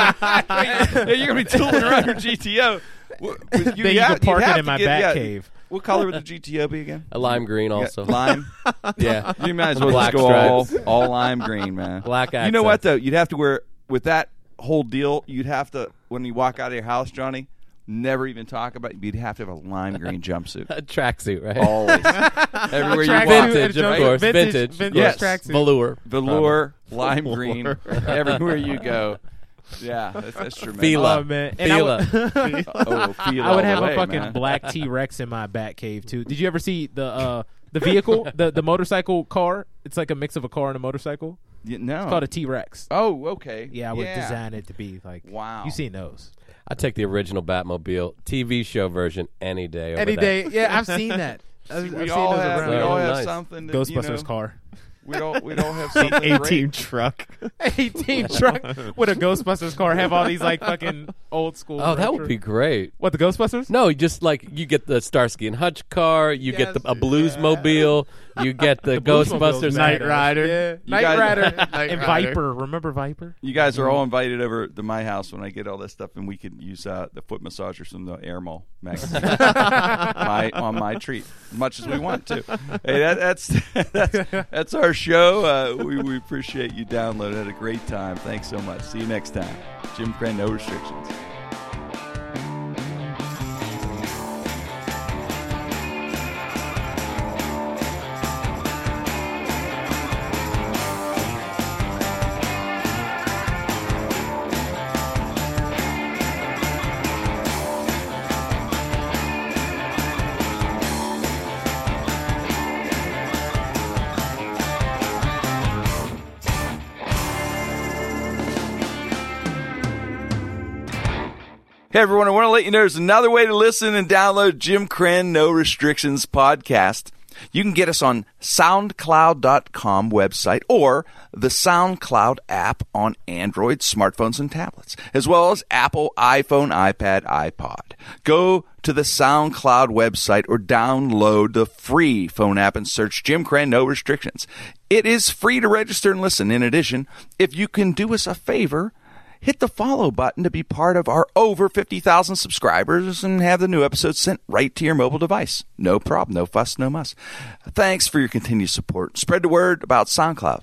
S1: Hey, you're gonna be tooling around your GTO. Wha- You,
S4: you
S1: have-
S4: can
S1: you'd
S4: park it
S1: have
S4: in
S1: to
S4: my
S1: get-
S4: bat
S1: yeah,
S4: cave.
S1: What color would the GTO be again?
S3: A lime green
S1: Yeah,
S3: also.
S1: lime.
S3: Yeah.
S1: You might as well
S3: Black
S1: just go
S3: stripes.
S1: all all lime green, man.
S3: Black
S1: You know what
S3: accents.
S1: though? You'd have to wear with that whole deal. You'd have to when you walk out of your house, Johnny. Never even talk about. You'd have to have a lime green jumpsuit.
S3: A tracksuit, right?
S1: Always, everywhere you walk.
S4: Tracksuit.
S3: vintage, of
S4: Right.
S3: course.
S4: Vintage-
S3: Vintage.
S4: vintage
S1: Yes.
S4: tracksuit.
S3: Velour.
S1: Velour, lime green, everywhere you go. Yeah, that's, that's tremendous.
S3: Fila.
S4: Oh man, And I
S3: Fila.
S4: would-
S1: Oh, feel
S4: I
S1: all
S4: would
S1: the
S4: have
S1: way,
S4: a fucking
S1: man.
S4: black T Rex in my bat cave too. Did you ever see the uh, the vehicle, the the motorcycle car? It's like a mix of a car and a motorcycle.
S1: You- no.
S4: It's called a T Rex.
S1: oh, okay.
S4: Yeah, I would design it to be like.
S1: Wow.
S4: you seen those
S3: I take the original Batmobile TV show version any day. Over
S4: any
S3: that.
S4: day? Yeah, I've seen that. I've,
S1: We
S4: I've seen
S1: all
S4: those
S1: have,
S4: around.
S1: we
S3: Oh,
S1: all have
S3: nice.
S1: something. That, you
S4: Ghostbusters
S1: know,
S4: car,
S1: We all we all have something.
S5: a
S1: great.
S5: team truck.
S4: a team truck with a Ghostbusters car. Have all these like fucking old school.
S3: Oh, that
S4: retro-
S3: would be great.
S4: what the Ghostbusters?
S3: No, you just like you get the Starsky and Hutch car, you get the, a Bluesmobile, you get the, Ghostbusters
S4: Night
S5: Rider.
S4: Night
S1: guys-
S4: Rider
S5: Knight
S4: and
S5: Rider.
S4: Viper. Remember Viper?
S1: You guys are all invited over to my house when I get all this stuff, and we could use uh, the foot massagers from the Air Mall magazine my, on my treat, much as we want to. Hey, that, that's, that's that's our show. Uh, we, we appreciate you downloading. Had a great time. Thanks so much. See you next time. Jim Crane, no restrictions. Hey everyone, I want to let you know there's another way to listen and download Jim Crenn No Restrictions podcast. You can get us on soundcloud.com website or the SoundCloud app on Android smartphones and tablets, as well as Apple iPhone, iPad, iPod. Go to the SoundCloud website or download the free phone app and search Jim Crenn No Restrictions. It is free to register and listen. In addition, if you can do us a favor, hit the follow button to be part of our over 50,000 subscribers and have the new episodes sent right to your mobile device. No problem, no fuss, no muss. Thanks for your continued support. Spread the word about SoundCloud.